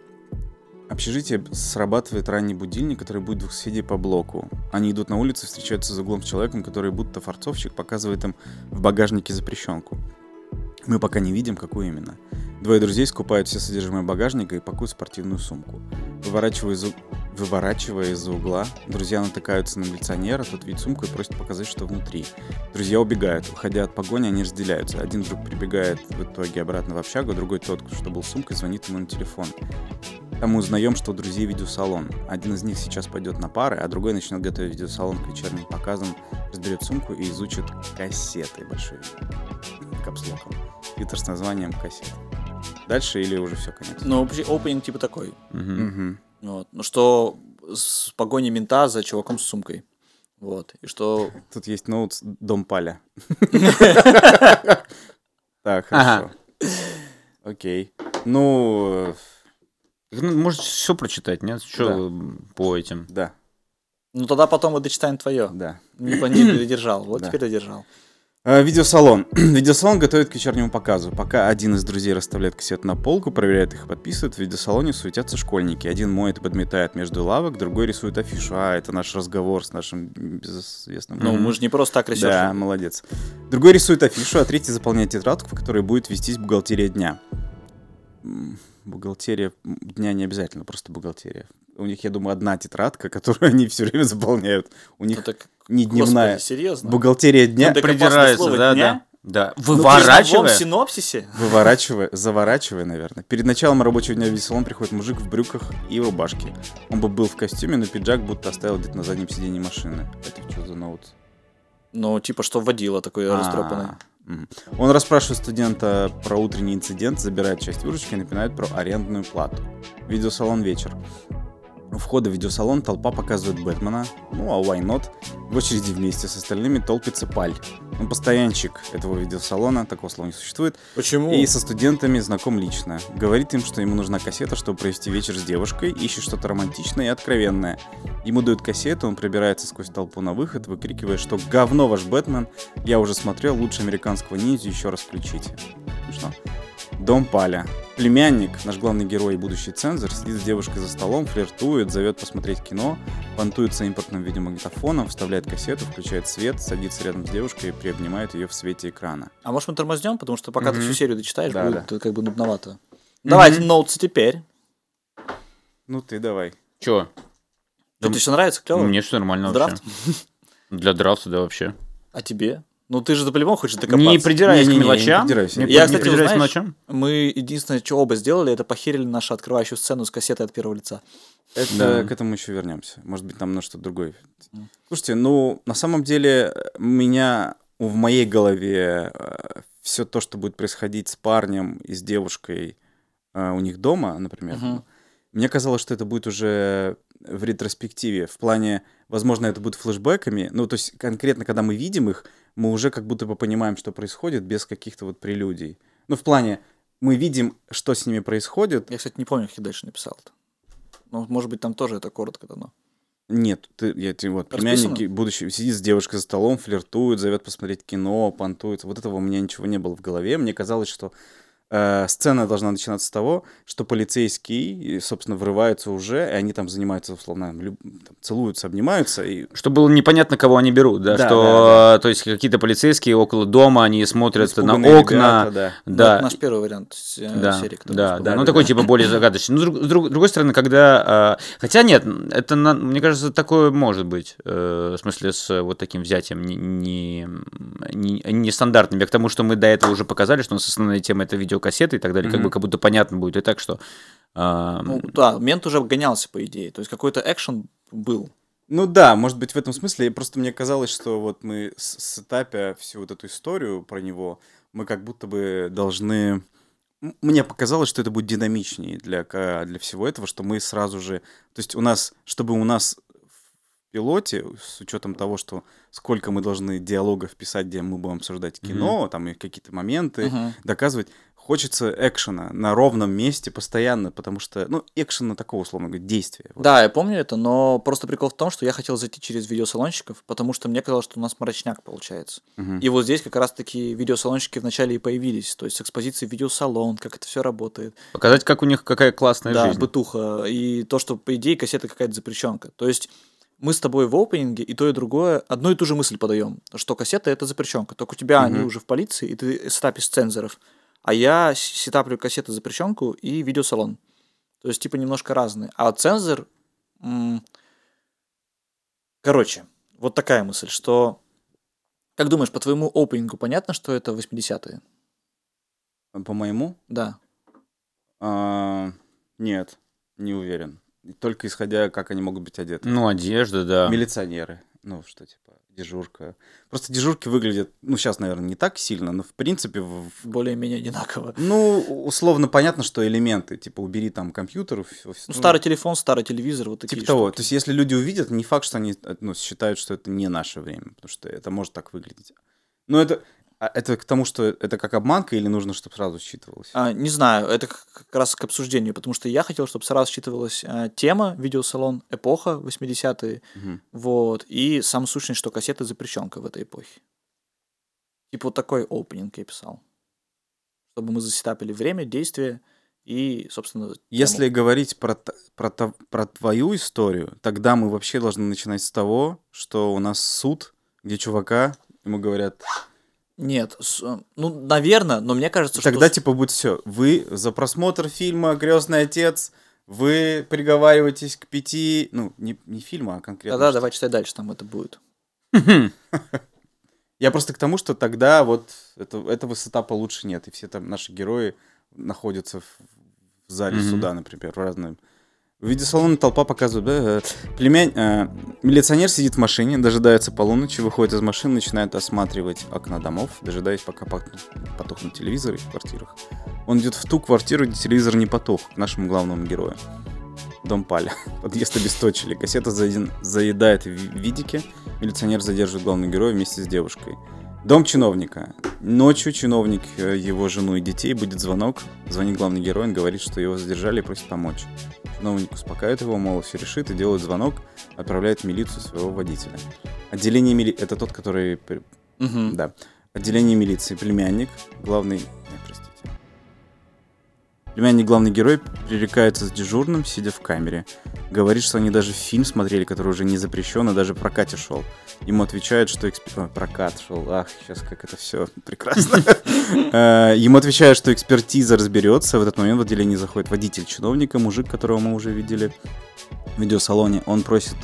C: общежитии срабатывает ранний будильник, который будет двух соседей по блоку. Они идут на улицу, встречаются за углом с человеком, который будто форцовщик показывает им в багажнике запрещенку. Мы пока не видим, какую именно. Двое друзей скупают все содержимое багажника и пакуют спортивную сумку. Выворачивая из, у- выворачивая из-за угла, друзья натыкаются на милиционера, тот видит сумку и просит показать, что внутри. Друзья убегают. Уходя от погони, они разделяются. Один друг прибегает в итоге обратно в общагу, другой тот, что был с сумкой, звонит ему на телефон. Там мы узнаем, что друзей видеосалон. Один из них сейчас пойдет на пары, а другой начнет готовить видеосалон к вечерним показам, разберет сумку и изучит кассеты большие. Капслоком. Твиттер с названием кассет. Дальше или уже все, конец?
A: Ну, вообще, opening типа такой.
B: Мгм.
C: Мгм.
A: Вот. Ну, что с погоней мента за чуваком с сумкой. Вот. И что...
C: Тут есть ноут «Дом Паля». Так,
B: Ага.
C: хорошо. Окей. Ну, э,
B: Ну, Может, все прочитать, нет? Что по этим?
C: да,
A: Ну, тогда потом мы дочитаем твое.
C: да.
A: Не, по- не додержал. Вот
C: Да.
A: теперь додержал.
C: Э, Видеосалон. Видеосалон готовит к вечернему показу. Пока один из друзей расставляет кассеты на полку, проверяет их и подписывает, в видеосалоне суетятся школьники. Один моет и подметает между лавок, другой рисует афишу. А, это наш разговор с нашим безызвестным...
A: Ну, мы же не просто так рисуем.
C: Да, молодец. Другой рисует афишу, а третий заполняет тетрадку, в которой будет вестись бухгалтерия дня. М, Бухгалтерия м, дня не обязательно, просто бухгалтерия. У них, я думаю, одна тетрадка, которую они все время заполняют. У
A: Ну
C: них не дневная.
A: серьезно.
C: бухгалтерия дня.
A: так опасное слово
B: Придирается, да,
A: дня?
B: да. Да.
A: Ну, при одном
B: Выворачивая.
A: синопсисе?
C: Выворачивая, заворачивая, наверное. Перед началом рабочего дня в веселом приходит мужик в брюках и рубашке. Он бы был в костюме, но пиджак будто оставил где-то на заднем сиденье машины. Это что за ноут?
A: Ну, типа, что водила такой растрепанный.
C: А, мгм. Он расспрашивает студента про утренний инцидент, забирает часть выручки и напоминает про арендную плату. Видеосалон вечер. У входа в видеосалон толпа показывает Бэтмена, ну а why not? В очереди вместе с остальными толпится Паль. Он постоянщик этого видеосалона, такого слова не существует,
A: Почему?
C: и со студентами знаком лично. Говорит им, что ему нужна кассета, чтобы провести вечер с девушкой, ищет что-то романтичное и откровенное. Ему дают кассету, он пробирается сквозь толпу на выход, выкрикивая, что «Говно ваш Бэтмен! Я уже смотрел, лучше американского ниндзя еще раз включите». Смешно. Дом Паля. Племянник, наш главный герой и будущий цензор, сидит с девушкой за столом, флиртует, зовет посмотреть кино, понтуется импортным видеомагнитофоном, вставляет кассету, включает свет, садится рядом с девушкой и приобнимает ее в свете экрана.
A: А может мы тормознем, потому что пока ты
B: Мгм.
A: всю серию дочитаешь,
C: Да,
A: будет э, как бы нудновато. Давайте ноутсы теперь.
C: Ну ты давай.
B: Че? Да
A: Тебе что нравится, клево?
B: Мне все нормально
A: Драфт?
B: вообще. Для драфта, да, вообще.
A: А тебе? Ну ты же да по-любому хочешь докопаться.
B: Не придираясь к
C: Не-не-не, не
B: мелочам.
C: придирайся.
B: не
A: Я,
B: при-
A: кстати,
B: не придираясь к
A: знаешь,
B: мелочам.
A: Мы единственное, что оба сделали, это похерили нашу открывающую сцену с кассеты от первого лица.
C: Это
B: Да.
C: к этому еще вернемся. Может быть, там на что-то другое. Слушайте, ну на самом деле э, меня у- в моей голове все то, что будет происходить с парнем и с девушкой э, у них дома, например, ну,
A: Мгм.
C: мне казалось, что это будет уже в ретроспективе. В плане, возможно, это будет флешбэками. Ну, то есть, конкретно, когда мы видим их, мы уже как будто бы понимаем, что происходит, без каких-то вот прелюдий. Ну, в плане, мы видим, что с ними происходит,
A: Я, кстати, не помню, как я дальше написал это. Ну, может быть, там тоже это коротко дано.
C: Нет, ты, я тебе вот
A: Расписано?
C: племянники будущие сидит с девушкой за столом, флиртует, зовет посмотреть кино, понтуется. Вот этого у меня ничего не было в голове. Мне казалось, что э, сцена должна начинаться с того, что полицейские, и, собственно, врываются уже, и они там занимаются условно, люб- там, целуются, обнимаются и
B: Чтобы было непонятно, кого они берут, да,
C: Да,
B: что,
C: да,
B: то есть, какие-то полицейские около дома, они смотрят на
C: испуганные
B: окна,
C: ребята, да.
A: Ну,
B: да,
A: это наш первый вариант с- э,
B: да,
A: серии, который
B: да,
A: мы
B: да, ну
A: вспомнили.
B: такой типа более загадочный. Ну, с друг- с друг- с другой стороны, когда, э, хотя нет, это, на- мне кажется, такое может быть, э, в смысле с э, вот таким взятием не- не не- нестандартным. Я к тому, что мы до этого уже показали, что у нас основная тема это видеокассеты и так далее, как
C: Мгм.
B: бы как будто понятно будет и так, что. э,
A: Ну, да, мент уже гонялся, по идее. То есть какой-то экшен был.
C: Ну да, может быть, в этом смысле. Просто мне казалось, что вот мы с, с этапя всю вот эту историю про него, мы как будто бы должны... М- Мне показалось, что это будет динамичнее для, ка- для всего этого, что мы сразу же... То есть у нас, чтобы у нас в пилоте, с учетом того, что сколько мы должны диалогов писать, где мы будем обсуждать кино, там и какие-то моменты,
A: Мгм.
C: доказывать. Хочется экшена на ровном месте постоянно, потому что, ну, экшена такого, условно говоря, действия. Вот.
A: Да, я помню это, но просто прикол в том, что я хотел зайти через видеосалонщиков, потому что мне казалось, что у нас мрачняк получается.
C: Мгм.
A: И вот здесь как раз-таки видеосалонщики вначале и появились, то есть с экспозиции видеосалон, как это все работает,
B: Показать, как у них какая классная
A: да,
B: жизнь.
A: бытуха, и то, что, по идее, кассета какая-то запрещенка. То есть мы с тобой в опенинге и то, и другое одну и ту же мысль подаем, что кассета — это запрещенка, только у тебя они
C: Мгм.
A: уже в полиции, и ты сетапишь цензоров, а я с- сетаплю кассету запрещенку и видеосалон. То есть, типа, немножко разные. А цензор... м, Короче, вот такая мысль, что... Как думаешь, по твоему опенингу понятно, что это 80-е?
C: По-моему,
A: Да.
C: А, Нет, не уверен. Только исходя, как они могут быть одеты.
B: Ну, одежда, да.
C: Милиционеры. Ну, что типа, дежурка. Просто дежурки выглядят, ну, сейчас, наверное, не так сильно, но в принципе, в- в-
A: Более-менее одинаково.
C: ну, условно понятно, что элементы, типа, убери там компьютер. всё- всё-
A: Ну, старый телефон, старый телевизор, вот такие
C: Типа того. То есть, если люди увидят, не факт, что они э, ну, считают, что это не наше время, потому что это может так выглядеть. Но это, а это к тому, что это как обманка или нужно, чтобы сразу считывалось?
A: А, не знаю, это к- как раз к обсуждению, потому что я хотел, чтобы сразу считывалась а, тема, видеосалон, эпоха, 80-е,
C: Мгм.
A: вот, и сам сущность, что кассета запрещенка в этой эпохе. Типа вот такой опенинг я писал. Чтобы мы засетапили время, действие и, собственно, тему.
C: Если говорить про, т- про, то- про твою историю, тогда мы вообще должны начинать с того, что у нас суд, где чувака, ему говорят,
A: Нет, с- ну, наверное, но мне кажется, что...
C: тогда
A: с-
C: типа будет все. Вы за просмотр фильма Крестный отец, вы приговариваетесь к пяти, ну, не, не фильма, а конкретно.
A: Да-да,
C: что-
A: давай читай дальше, там это будет.
C: Я просто к тому, что тогда вот это, этого сетапа лучше нет, и все там наши герои находятся в, в зале
B: Мгм.
C: суда, например, в разном. В виде салона толпа показывает, да, э, племянь, э, милиционер сидит в машине, дожидается полуночи, выходит из машины, начинает осматривать окна домов, дожидаясь, пока потухнут, потухнут телевизоры в квартирах. Он идет в ту квартиру, где телевизор не потух, к нашему главному герою. Дом Паля. Подъезд обесточили. Кассета заеден- заедает в видике. Милиционер задерживает главного героя вместе с девушкой. Дом чиновника. Ночью чиновник, э, его жену и детей будет звонок. Звонит главный герой, он говорит, что его задержали и просит помочь. Чиновник успокаивает его, мол, все решит, и делает звонок, отправляет в милицию своего водителя. Отделение мили... Это тот, который... при-
A: Мгм.
C: Да. Отделение милиции. Племянник, главный... Нет, простите. Племянник, главный герой, пререкается с дежурным, сидя в камере. Говорит, что они даже фильм смотрели, который уже не запрещен, а даже в прокате шел. Ему отвечают, что эксп- Ой, прокат шел. Ах, сейчас как это все прекрасно. Э, Ему отвечают, что экспертиза разберется. В этот момент в отделение заходит водитель чиновника, мужик, которого мы уже видели в видеосалоне. Он просит...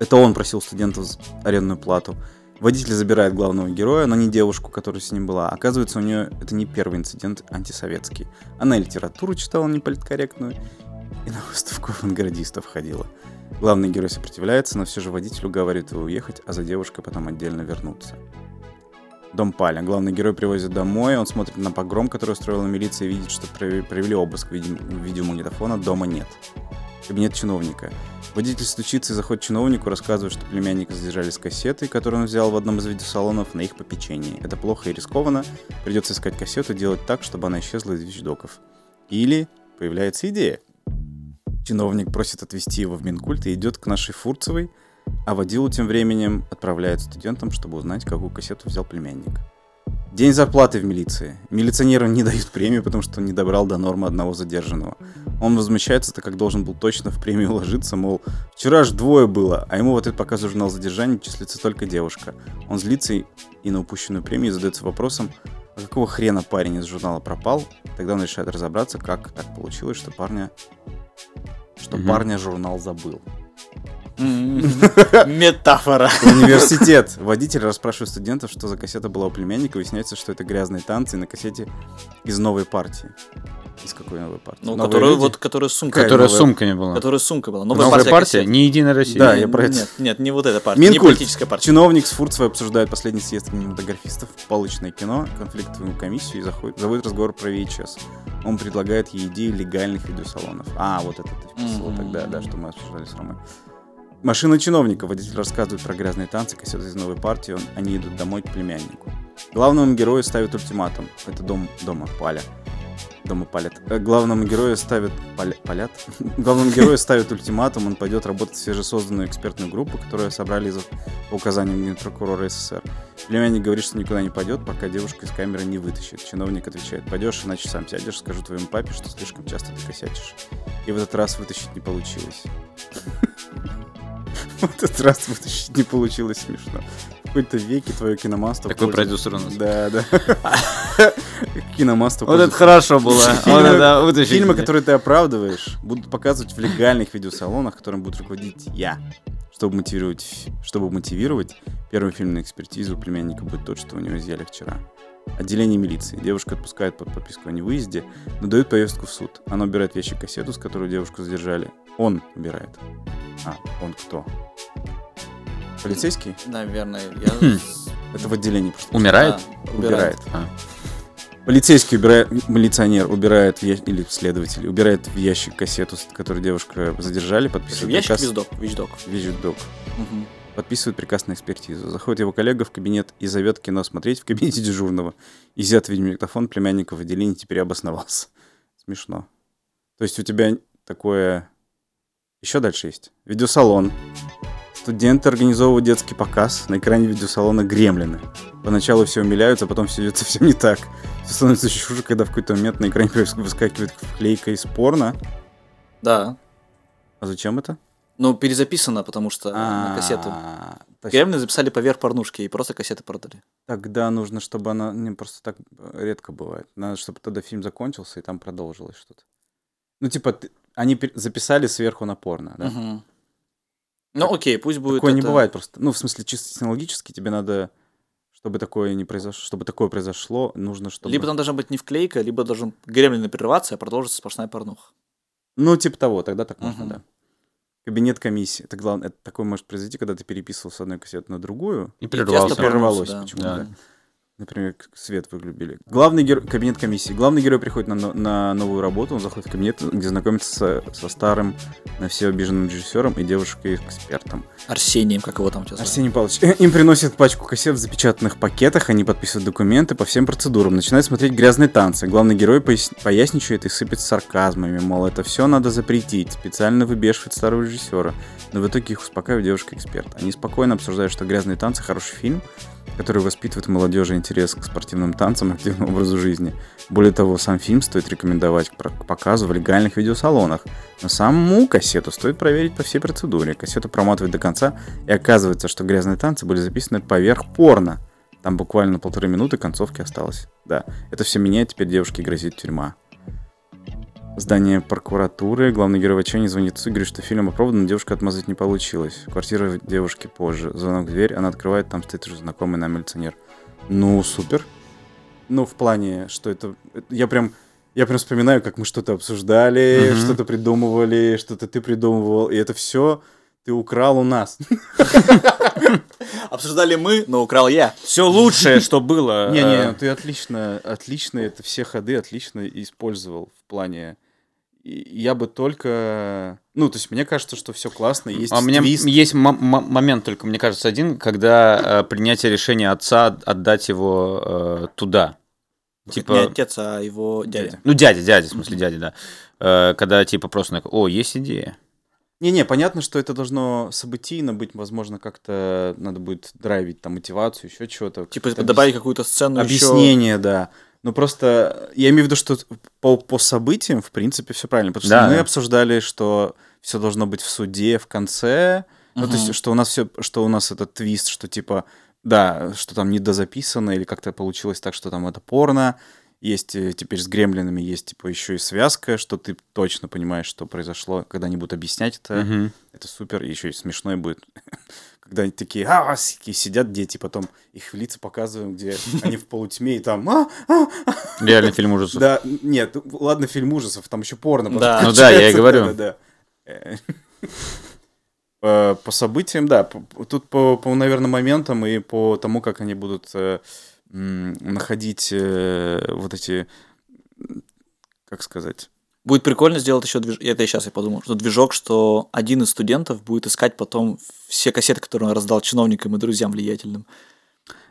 C: Это он просил студентов за арендную плату. Водитель забирает главного героя, но не девушку, которая с ним была. Оказывается, у нее это не первый инцидент антисоветский. Она и литературу читала неполиткорректную, и на выставку авангардистов ходила. Главный герой сопротивляется, но все же водителю говорит его уехать, а за девушкой потом отдельно вернуться. Дом Паля. Главный герой привозит домой, он смотрит на погром, который устроила милиция, и видит, что прове- провели обыск видим- видеомагнитофона, дома нет. Кабинет чиновника. Водитель стучится и заходит к чиновнику, рассказывает, что племянника задержали с кассетой, которую он взял в одном из видеосалонов на их попечении. Это плохо и рискованно, придется искать кассету и делать так, чтобы она исчезла из вещдоков. Или появляется идея. Чиновник просит отвезти его в Минкульт и идет к нашей Фурцевой, а водилу тем временем отправляет студентам, чтобы узнать, какую кассету взял племянник. День зарплаты в милиции. Милиционеру не дают премию, потому что он не добрал до нормы одного задержанного. Он возмущается, так как должен был точно в премию уложиться, мол, вчера ж двое было, а ему в ответ показывает журнал задержания, числится только девушка. Он злится и и на упущенную премию задается вопросом, а какого хрена парень из журнала пропал? Тогда он решает разобраться, как так получилось, что парня что
B: Мгм.
C: парня журнал забыл.
A: М, Метафора.
C: Университет. Водитель расспрашивает студентов, что за кассета была у племянника. Выясняется, что это грязные танцы на кассете из новой партии. Из какой новой партии?
A: Ну,
C: Новые
A: которую
C: люди?
A: вот, которая с сумкой,
C: Какая?
B: Которая с
C: новая-
B: сумками была.
A: которая с сумкой была.
B: Новая партия, ни единой России.
C: Да, я про это.
A: Нет, нет, не вот эта партия, не
C: Минкульт.
A: политическая партия.
C: Чиновник с Фурцевой обсуждает последний съезд кинематографистов, палочное кино, конфликтовую комиссию и заходит, заводит разговор про VHS. Он предлагает ей идею легальных видеосалонов. А, вот это ты вписывал
A: Мгм.
C: тогда, да, что мы обсуждали с Ромой. Машина чиновника. Водитель рассказывает про грязные танцы, косят из новой партии. он- они идут домой к племяннику. Главному герою ставят ультиматум. Это дом дома Паля. Дома палят. Э, Главному герою ставят... Паля, палят? Главному герою ставят ультиматум, он пойдет работать в свежесозданную экспертную группу, которую собрали из по указаниям генпрокурора СССР. Племянник говорит, что никуда не пойдет, пока девушка из камеры не вытащит. Чиновник отвечает, пойдешь, иначе сам сядешь, скажу твоему папе, что слишком часто ты косячишь. И в этот раз вытащить не получилось. В этот раз вытащить не получилось смешно. В какой-то веке твое киномаство...
B: Такой
C: пользуется-
B: продюсер у нас.
C: Да, да. Киномаство
B: Вот это
C: пользуется-
B: хорошо было.
C: Фильмы-
B: Вот это вытащите.
C: Фильмы, которые ты оправдываешь, будут показывать в легальных видеосалонах, которым буду руководить я. Чтобы мотивировать, ф- чтобы мотивировать, первый фильм на экспертизу у племянника будет тот, что у него изъяли вчера. Отделение милиции. Девушка отпускает под подписку о невыезде, но дают повестку в суд. Она убирает вещи кассету, с которой девушку задержали. Он убирает. А, он кто? Полицейский?
A: Наверное, я...
B: Хм.
C: Это в отделении просто.
B: Умирает?
A: Да,
C: Убирает.
B: А.
C: Полицейский убирает, милиционер убирает, в я- или следователь, убирает в ящик кассету, с которой девушка задержали,
A: Это
C: подписывает
A: Ящик
C: приказ.
A: виздок, вещдок.
C: Вещдок.
A: Мгм.
C: Подписывает приказ на экспертизу. Заходит его коллега в кабинет и зовет кино смотреть в кабинете дежурного. Изят видеомагнитофон племянника в отделении теперь обосновался. Смешно. То есть у тебя такое... Еще дальше есть. Видеосалон. Студенты организовывают детский показ. На экране видеосалона гремлины. Поначалу все умиляются, а потом все идет совсем не так. Все становится еще хуже, когда в какой-то момент на экране выскакивает клейка из порно.
A: Да.
C: А зачем это?
A: Ну, перезаписано, потому что на кассету.
C: А, то есть-
A: Кремлин записали поверх порнушки и просто кассеты продали.
C: Тогда нужно, чтобы она... Не, просто так э, редко бывает. Надо, чтобы тогда фильм закончился, и там продолжилось что-то. Ну, типа, ты- они пер- записали сверху на порно, да?
A: Мгм. Ну, окей, пусть будет
C: Такое не
A: это-
C: бывает просто. Ну, в смысле, чисто технологически тебе надо... Чтобы такое не произошло, чтобы такое произошло, нужно, чтобы...
A: Либо там должна быть не вклейка, либо должен гремлин прерваться, а продолжится сплошная порнуха.
C: Ну, типа того, тогда так можно,
A: Мгм.
C: да. Кабинет комиссии. Это главное, это такое может произойти, когда ты переписывал с одной кассеты на другую,
B: И
A: Честно,
C: Просто
B: прервался.
A: про-
C: прервалось
A: да.
C: почему-то.
B: Да.
C: Например, к- свет выглюбили. Главный герой, кабинет комиссии. Главный герой приходит на, но- на новую работу, он заходит в кабинет, где знакомится со, со старым, на все обиженным режиссером и девушкой-экспертом.
A: Арсением, как его там сейчас. зовут.
C: Арсений Павлович. э, Им приносят пачку кассет в запечатанных пакетах, они подписывают документы по всем процедурам, начинают смотреть грязные танцы. Главный герой пояс- поясничает и сыпет сарказмами, мол, это все надо запретить, специально выбешивает старого режиссера. Но в итоге их успокаивает девушка-эксперт. Они спокойно обсуждают, что «Грязные танцы» — хороший фильм, который воспитывает молодежи интерес к спортивным танцам и активному образу жизни. Более того, сам фильм стоит рекомендовать к про- к показу в легальных видеосалонах. Но саму кассету стоит проверить по всей процедуре. Кассету проматывать до конца, и оказывается, что «Грязные танцы» были записаны поверх порно. Там буквально полторы минуты концовки осталось. Да, это все меняет, теперь девушке грозит тюрьма. Здание прокуратуры. Главный герой в отчаянии звонит отцу и говорит, что фильм опробован, но девушка отмазать не получилось. Квартира девушки позже. Звонок в дверь, она открывает, там стоит уже знакомый нам милиционер. Ну, супер. Ну, в плане, что это... это- Я прям... Я прям вспоминаю, как мы что-то обсуждали,
B: Мгм.
C: что-то придумывали, что-то ты придумывал, и это все ты украл у нас.
A: Обсуждали мы, но украл я.
B: Все лучшее, что было.
C: Не-не,
B: э,
C: ты отлично, отлично это все ходы отлично использовал в плане. И Я бы только, ну то есть мне кажется, что все классно, есть
B: А у меня
C: твист.
B: есть мо- мо- момент только, мне кажется, один, когда э, принятие решения отца от- отдать его э, туда.
A: Не
B: Типа,
A: отец, а его дядя.
C: Дядя.
B: ну дядя, дядя, в смысле дядя, да. Э, когда типа просто, на- о, есть идея.
C: Не-не, понятно, что это должно событийно быть, возможно, как-то надо будет драйвить там мотивацию, еще чего-то.
A: Типа
C: как-то
A: добавить какую-то сцену ещё.
C: Объяснение, да. Ну просто я имею в виду, что по, по событиям, в принципе, все правильно. Потому что
B: Да,
C: мы
B: да.
C: обсуждали, что все должно быть в суде, в конце. Ну, то
A: Мгм.
C: есть, что у нас все, что у нас этот твист, что типа, да, что там недозаписано, или как-то получилось так, что там это порно. Есть э, теперь с гремлинами, есть типа еще и связка, что ты точно понимаешь, что произошло, когда они будут объяснять это.
B: Мгм.
C: Это супер, и еще и смешное будет, когда они такие «А, сики», сидят дети, потом их в лица показываем, где они в полутьме, и там «А, а, а».
B: Реальный фильм ужасов.
C: Да, нет, ладно, фильм ужасов, там еще порно. потом
A: Да.
B: Ну да, я и
C: включается,
B: говорю.
C: да-да-да. Э, По по событиям, да, п- п- тут по, наверное, моментам и по тому, как они будут э, м, находить э, вот эти, м, как сказать,
A: Будет прикольно сделать еще движок. Это я сейчас я подумал, что движок, что один из студентов будет искать потом все кассеты, которые он раздал чиновникам и друзьям влиятельным.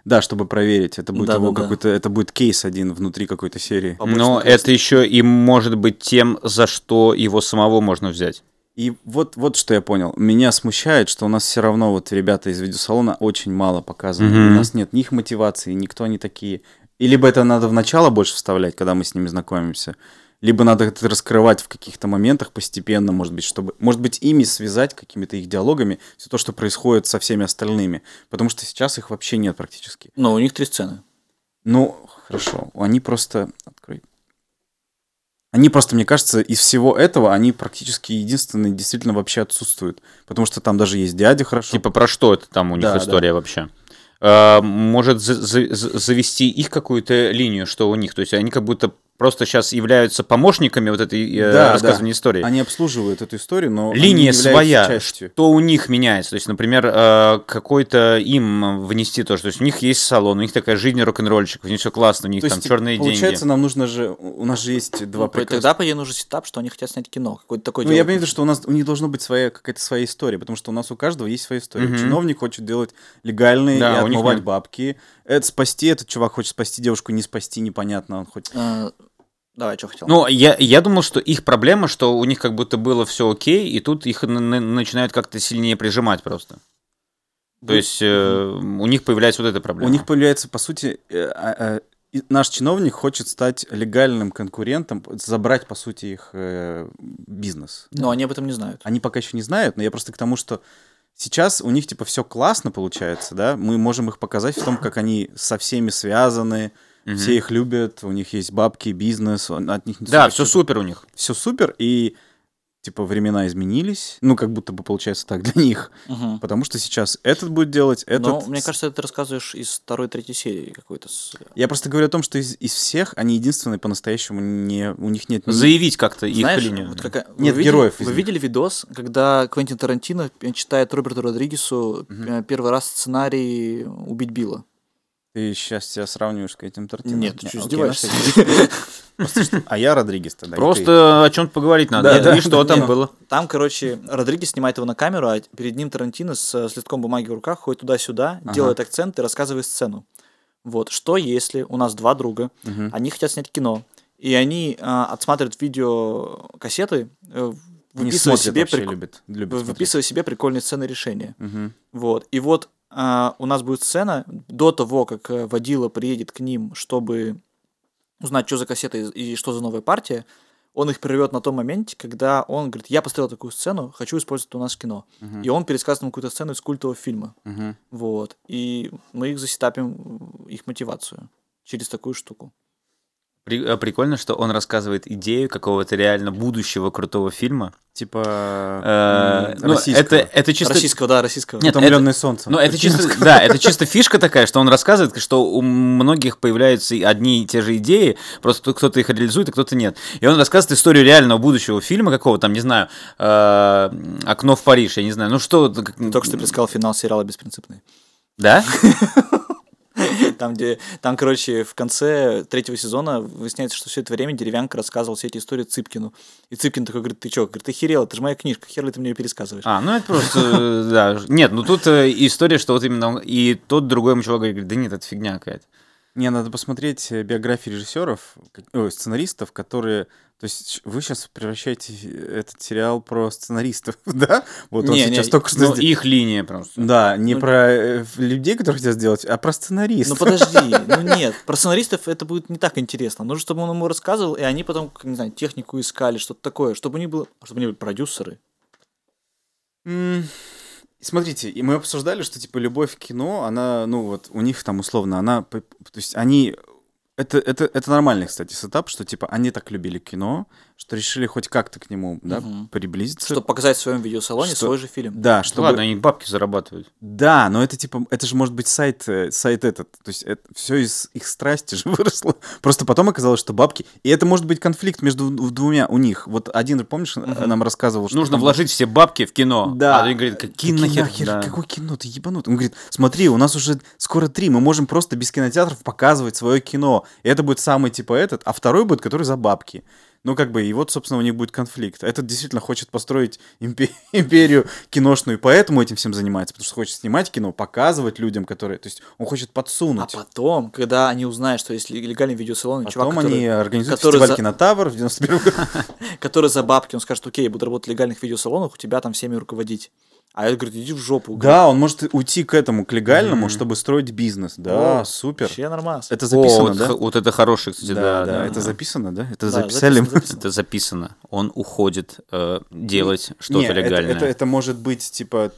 C: да, чтобы проверить, это будет его
A: Да-да-да.
C: какой-то, это будет кейс один внутри какой-то серии.
A: Побочный
B: Но
A: квест.
B: это еще и может быть тем, за что его самого можно взять.
C: И вот, вот что я понял. Меня смущает, что у нас все равно вот ребята из видеосалона очень мало показаны.
B: Мгм.
C: У нас нет ни их мотивации, никто они такие. И либо это надо в начало больше вставлять, когда мы с ними знакомимся, либо надо это раскрывать в каких-то моментах постепенно, может быть, чтобы, может быть, ими связать какими-то их диалогами все то, что происходит со всеми остальными, потому что сейчас их вообще нет практически.
A: Но у них три сцены.
C: Ну, хорошо. Они просто... Открой. Они просто, мне кажется, из всего этого они практически единственные действительно вообще отсутствуют. Потому что там даже есть дядя, хорошо.
B: Типа про что это там у них
C: Да,
B: история вообще? А, Может за- за- за- завести их какую-то линию, что у них. То есть они как будто просто сейчас являются помощниками вот этой э,
C: Да, да.
B: рассказывания истории.
C: Они обслуживают эту историю, но... они не
B: Линия
C: являются
B: своя,
C: частью.
B: что у них меняется. То есть, например, э, какой-то им внести тоже. То есть у них есть салон, у них такая жизнь рок-н-ролльщиков, у них все классно, у них
C: То
B: там
C: есть, типа,
B: черные деньги.
C: получается, нам нужно же... У нас же есть два
A: Ну, Тогда, по идее, нужен сетап, что они хотят снять кино. Какой-то такой
C: Ну, я
A: диалог.
C: понимаю, что у нас у них должна быть своя какая-то своя история, потому что у нас у каждого есть своя история.
B: Мгм.
C: Чиновник хочет делать легальные
B: Да,
C: и
B: у них
C: отмывать
B: нет.
C: бабки. Это спасти, этот чувак хочет спасти девушку, не спасти, непонятно, он хочет...
A: Э, Давай, что хотел.
B: Ну, я, я думал, что их проблема, что у них как будто было все окей, и тут их на- на- начинают как-то сильнее прижимать просто. То есть э, у них появляется вот эта проблема.
C: Ну, У них появляется, по сути, э, а, а, и наш чиновник хочет стать легальным конкурентом, забрать, по сути, их э, бизнес.
A: Но они об этом не знают.
C: Они пока еще не знают, но я просто к тому, что сейчас у них, типа, все классно получается, да? Мы можем их показать в том, как они со всеми связаны,
B: Мгм.
C: все их любят, у них есть бабки, бизнес, он- от них...
B: Да, все супер у них.
C: Все супер, и, типа, времена изменились, ну, как будто бы получается так для них,
A: Мгм.
C: потому что сейчас этот будет делать, этот...
A: Но Ну, мне
C: с-
A: кажется, это ты рассказываешь из второй-третьей серии какой-то. с- э,
C: Я просто говорю о том, что из, из всех они единственные по-настоящему не... У них нет... ни-
B: Заявить как-то их
A: Знаешь,
B: линию.
A: вот какая- вы
C: Нет
A: видели-
C: героев из
A: Вы
C: них.
A: видели видос, когда Квентин Тарантино п- читает Роберту Родригесу
C: Мгм.
A: э, первый раз сценарий «Убить Билла»? Типа,
C: Ты сейчас себя сравниваешь с этим Тортино?
A: Нет, ты что, издеваешься?
C: А я Родригес тогда. и ты.
B: Просто о чем то поговорить надо.
C: Да,
B: и
C: да.
B: что там
A: Не,
B: было.
A: Там, короче, Родригес снимает его на камеру, а перед ним Тарантино с э, с листком бумаги в руках ходит туда-сюда,
C: Ага.
A: делает акцент и рассказывает сцену. Вот, что если у нас два друга,
C: Мгм.
A: они хотят снять кино, и они а, отсматривают видеокассеты, э,
C: Не
A: выписывая
C: смотрят
A: себе,
C: вообще,
A: прик-
C: любит. любит
A: вы-
C: смотреть.
A: выписывая себе прикольные сцены решения.
C: Мгм.
A: Вот. И вот а, у нас будет сцена до того, как э, водила приедет к ним, чтобы узнать, что за кассета и, и что за новая партия. Он их прервет на том моменте, когда он говорит, я посмотрел такую сцену, хочу использовать это у нас в кино.
C: Мгм.
A: И он пересказывает нам какую-то сцену из культового фильма.
C: Мгм.
A: Вот. И мы их засетапим, э, их мотивацию через такую штуку.
B: При- э, прикольно, что он рассказывает идею какого-то реально будущего крутого фильма.
C: Типа...
B: Э,
C: м,
B: ну, это,
C: российского.
B: это чисто...
A: Российского, да, российского.
B: Нет, это-
C: «Утомленные солнцем».
B: Ну, это чисто, да, это чисто фишка такая, что он рассказывает, что у многих появляются и одни и те же идеи, просто тут кто-то их реализует, а кто-то нет. И он рассказывает историю реального будущего фильма какого там, не знаю, э, «Окно в Париж», я не знаю, ну что... как-
A: Ты Только что предсказал финал сериала «Беспринципный».
B: Да?
A: Там, где, там, короче, в конце третьего сезона выясняется, что все это время деревянка рассказывал все эти истории Цыпкину. И Цыпкин такой говорит, ты чё? Говорит, ты херела, это же моя книжка, хер ли ты мне ее пересказываешь?
B: А, ну это просто, э, да. Нет, ну тут э, история, что вот именно он- и тот другой ему чувак говорит, да нет, это фигня какая-то.
C: Не, надо посмотреть э, биографии режиссеров, как- ой, сценаристов, которые... То есть щ- вы сейчас превращаете э, этот сериал про сценаристов, да? Вот он
A: Не, не,
C: сейчас только что...
B: Ну,
C: сдел-
B: их линия просто.
C: Да, не
A: Ну,
C: про э, в- людей, которые хотят сделать, а про
A: Ну
C: сценаристов.
A: подожди, ну нет, про сценаристов это будет не так интересно. Нужно, чтобы он ему рассказывал, и они потом, как, не знаю, технику искали, что-то такое, чтобы не было, а чтобы не были продюсеры.
C: М, Смотрите, и мы обсуждали, что типа любовь к кино, она, ну вот у них там условно, она, п- п- то есть они, это, это, это нормальный, кстати, сетап, что типа они так любили кино, что решили хоть как-то к нему да,
A: Мгм.
C: приблизиться.
A: Чтобы показать в своем видеосалоне
C: Что-
A: свой же фильм.
C: Да, чтобы...
B: Ладно, они бабки зарабатывают.
C: Да, но это типа, это же может быть сайт, э, сайт этот. То есть это все из их страсти же выросло. Просто потом оказалось, что бабки. И это может быть конфликт между в- двумя у них. Вот один, помнишь,
A: Мгм.
C: нам рассказывал, что.
B: Нужно
C: там-
B: вложить все бабки в кино.
C: Да.
B: А он говорит, какие
C: Какие
B: нахер?
C: нахер?
B: Да.
C: Какое кино? Ты ебанут. Он говорит, смотри, у нас уже скоро три, мы можем просто без кинотеатров показывать свое кино. И это будет самый типа этот, а второй будет, который за бабки. Ну, как бы, и вот, собственно, у них будет конфликт. Этот действительно хочет построить импе- империю киношную, и поэтому этим всем занимается, потому что хочет снимать кино, показывать людям, которые... То есть он хочет
A: А
C: подсунуть.
A: потом, когда они узнают, что есть легальный видеосалон, и чувак,
C: Потом
A: который,
C: они организуют
A: который
C: фестиваль
A: за-
C: кинотавр в 91 году.
A: который за бабки, он скажет, окей, я буду работать в легальных видеосалонах, у тебя там всеми руководить. А я говорю, иди в жопу.
C: Да, он может уйти к этому, к легальному,
B: Мгм.
C: чтобы строить бизнес. Да,
A: О,
C: супер.
A: Вообще нормас.
C: Это
B: О,
C: записано,
B: вот,
C: да?
B: х- вот это хороший, кстати,
C: Да,
B: да.
C: да,
B: да,
C: это
B: да.
C: записано, да?
A: Да,
C: Это записали мы?
A: записано, записано.
B: Это записано. Он уходит э, делать
C: Не,
B: что-то
C: это-
B: легальное.
C: Это, это может быть, типа,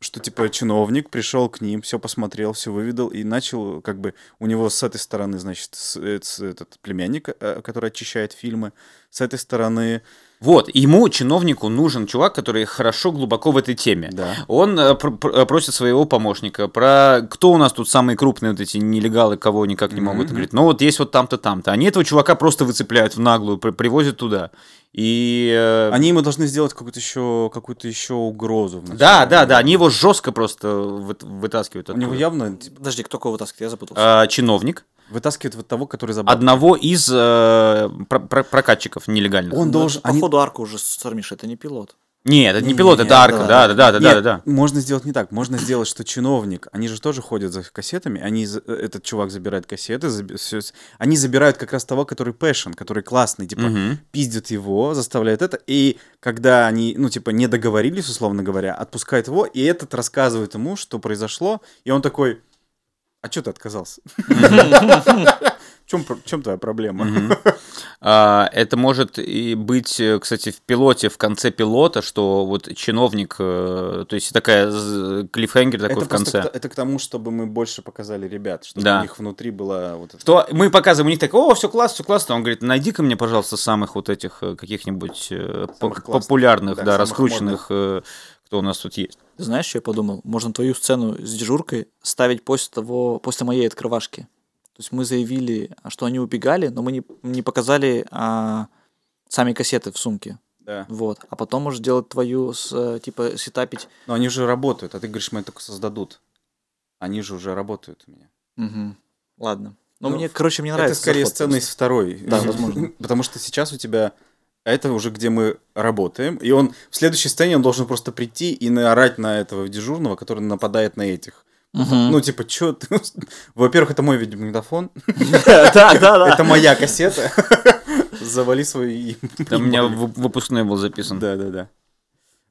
C: что, типа, чиновник пришел к ним, все посмотрел, все выведал и начал, как бы, у него с этой стороны, значит, с- э, с- этот племянник, э, который очищает фильмы, с этой стороны,
B: Вот, ему, чиновнику, нужен чувак, который хорошо глубоко в этой теме.
C: да.
B: Он э, пр- пр- э, просит своего помощника про кто у нас тут самые крупные вот эти нелегалы, кого никак не могут.
C: Мгм.
B: Говорит, ну вот есть вот там-то, там-то. Они этого чувака просто выцепляют в наглую, при- привозят туда. И... э,
C: Они ему должны сделать какую-то еще, какую-то еще угрозу. вначале.
B: Да, да, да, они его жестко просто э, вы- вытаскивают.
C: У него
B: оттуда.
C: явно типа,
A: Подожди, кто кого таскает? Я запутался.
B: А, чиновник,
C: вытаскивают вот того, который забыл.
B: одного из э, про- про- прокатчиков нелегальных.
C: Он
A: Ну,
C: должен...
A: это,
C: они-
A: Походу, арку уже сормишь, это не пилот.
B: Нет, это не пилот,
C: Нет,
B: это арка, да, да, да, да, да, да,
C: Нет, Можно сделать не так. Можно сделать, что чиновник, они же тоже ходят за кассетами, они за- этот чувак забирает кассеты, заби- всё с- они забирают как раз того, который пэшен, который классный, типа
B: Мгм.
C: пиздят его, заставляют это, и когда они, ну типа не договорились, условно говоря, отпускают его, и этот рассказывает ему, что произошло, и он такой, а чё ты отказался? В чем, чем твоя проблема?
B: Мгм. Типа. А, Это может и быть, э, кстати, в пилоте, в конце пилота, что вот чиновник, э, то есть такая з- клиффхенгер такой в
C: просто
B: конце.
C: к- это к тому, чтобы мы больше показали ребят, чтобы
B: Да.
C: у них внутри было вот это.
B: Что мы показываем, у них так, о, все классно, все классно. Он говорит, найди-ка мне, пожалуйста, самых вот этих э, каких-нибудь э, по-
C: Самых классных,
B: популярных,
C: да,
B: да,
C: самых
B: раскрученных, э, кто у нас тут есть.
A: Ты знаешь, что я подумал? Можно твою сцену с дежуркой ставить после того, после моей открывашки. То есть мы заявили, что они убегали, но мы не, не показали а, сами кассеты в сумке.
C: Да.
A: Вот. А потом можешь делать твою, с, э, типа, сетапить.
C: Но они уже работают, а ты говоришь, мы только создадут. Они же уже работают у меня.
A: Ладно. Но
C: Ну,
A: мне, короче, мне
C: это
A: нравится.
C: скорее
A: заход
C: сцена из второй.
A: Да, возможно.
C: Потому что сейчас у тебя это уже где мы работаем, и он в следующей сцене он должен просто прийти и наорать на этого дежурного, который нападает на этих.
A: просто.
C: Ну, типа, чё ты... Во-первых, это мой видеомагнитофон,
A: да, да, да.
C: это моя кассета. Завали свою...
B: Там у меня вып- выпускной был записан.
C: Да-да-да.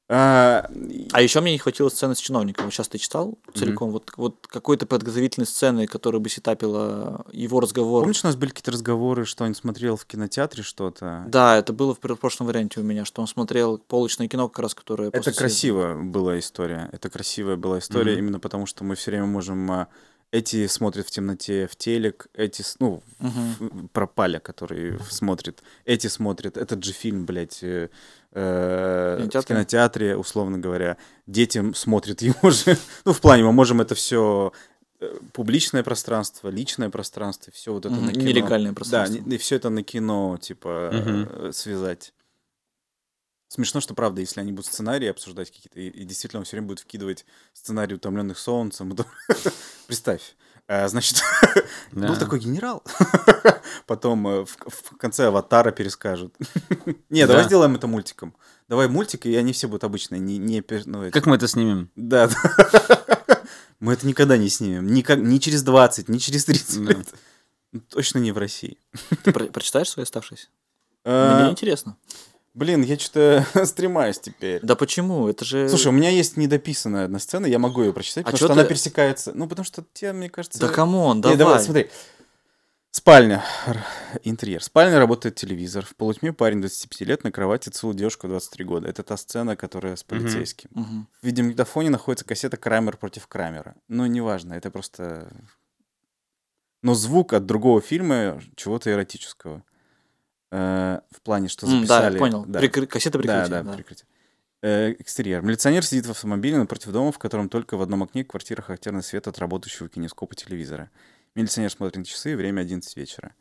C: А, и-
A: А еще мне не хватило сцены с чиновником. Вот Сейчас ты читал целиком вот, вот какой-то подготовительной сцены, которая бы сетапила его разговор.
C: Помнишь, у нас были какие-то разговоры, что он смотрел в кинотеатре что-то?
A: Да, это было в пр- прошлом варианте у меня, что он смотрел полочное кино, как раз которое...
C: Это
A: после съезда.
C: красивая была история. Это красивая была история
B: Мгм.
C: именно потому, что мы все время можем... а, Эти смотрят в темноте в телек, эти, с- ну,
A: Мгм.
C: в- пропали, который смотрит, эти смотрят, этот же фильм, блядь, э, э, в
A: Кинотеатре?
C: кинотеатре, условно говоря, детям смотрят его же. Ну, в плане, мы можем это все публичное пространство, личное пространство, все вот это
A: Мгм.
C: на кино.
A: Нелегальное
C: Да,
A: пространство.
C: не- и все это на кино, типа,
B: Мгм.
C: э, связать. Смешно, что правда, если они будут сценарии обсуждать какие-то, и, и действительно он все время будет вкидывать сценарий утомленных солнцем. и то- Представь. э, Значит,
B: Да.
C: был такой генерал. Потом э, в, в конце аватара перескажут. Не, давай
B: Да.
C: сделаем это мультиком. Давай мультик, и они все будут обычные, не, не пер- ну, эти-
B: А Как мы это снимем?
C: Да, да. Мы это никогда не снимем. Никак, ни через 20, ни через 30
B: Да.
C: лет. Ну, Точно не в России.
A: Ты про- прочитаешь свои оставшиеся? Мне
C: Э,
A: интересно.
C: Блин, я что-то стремаюсь теперь.
A: Да почему? Это же...
C: Слушай, у меня есть недописанная одна сцена, я могу ее
A: Э,
C: прочитать,
A: А
C: потому
A: чё
C: что она
A: ты-
C: пересекается. Ну, потому что тебе, мне кажется...
A: да камон,
C: Не,
A: давай.
C: смотри. Спальня. Р- Интерьер. Спальня работает телевизор. В полутьме парень 25 лет на кровати целует девушку в 23 года. Это та сцена, которая с
B: Мгм.
C: полицейским.
A: Мгм.
C: В видеомагнитофоне находится кассета Крамер против Крамера. Ну, неважно, это просто... но звук от другого фильма э, чего-то эротического. Э, в плане, что
A: М,
C: записали.
A: Да, я понял.
C: Да.
A: Прикры- Кассета прикрытия.
C: Да, да,
A: да.
C: прикрытие. Э, Экстерьер. Милиционер сидит в автомобиле напротив дома, в котором только в одном окне квартиры характерный свет от работающего кинескопа телевизора. Милиционер смотрит на часы, время 11 вечера.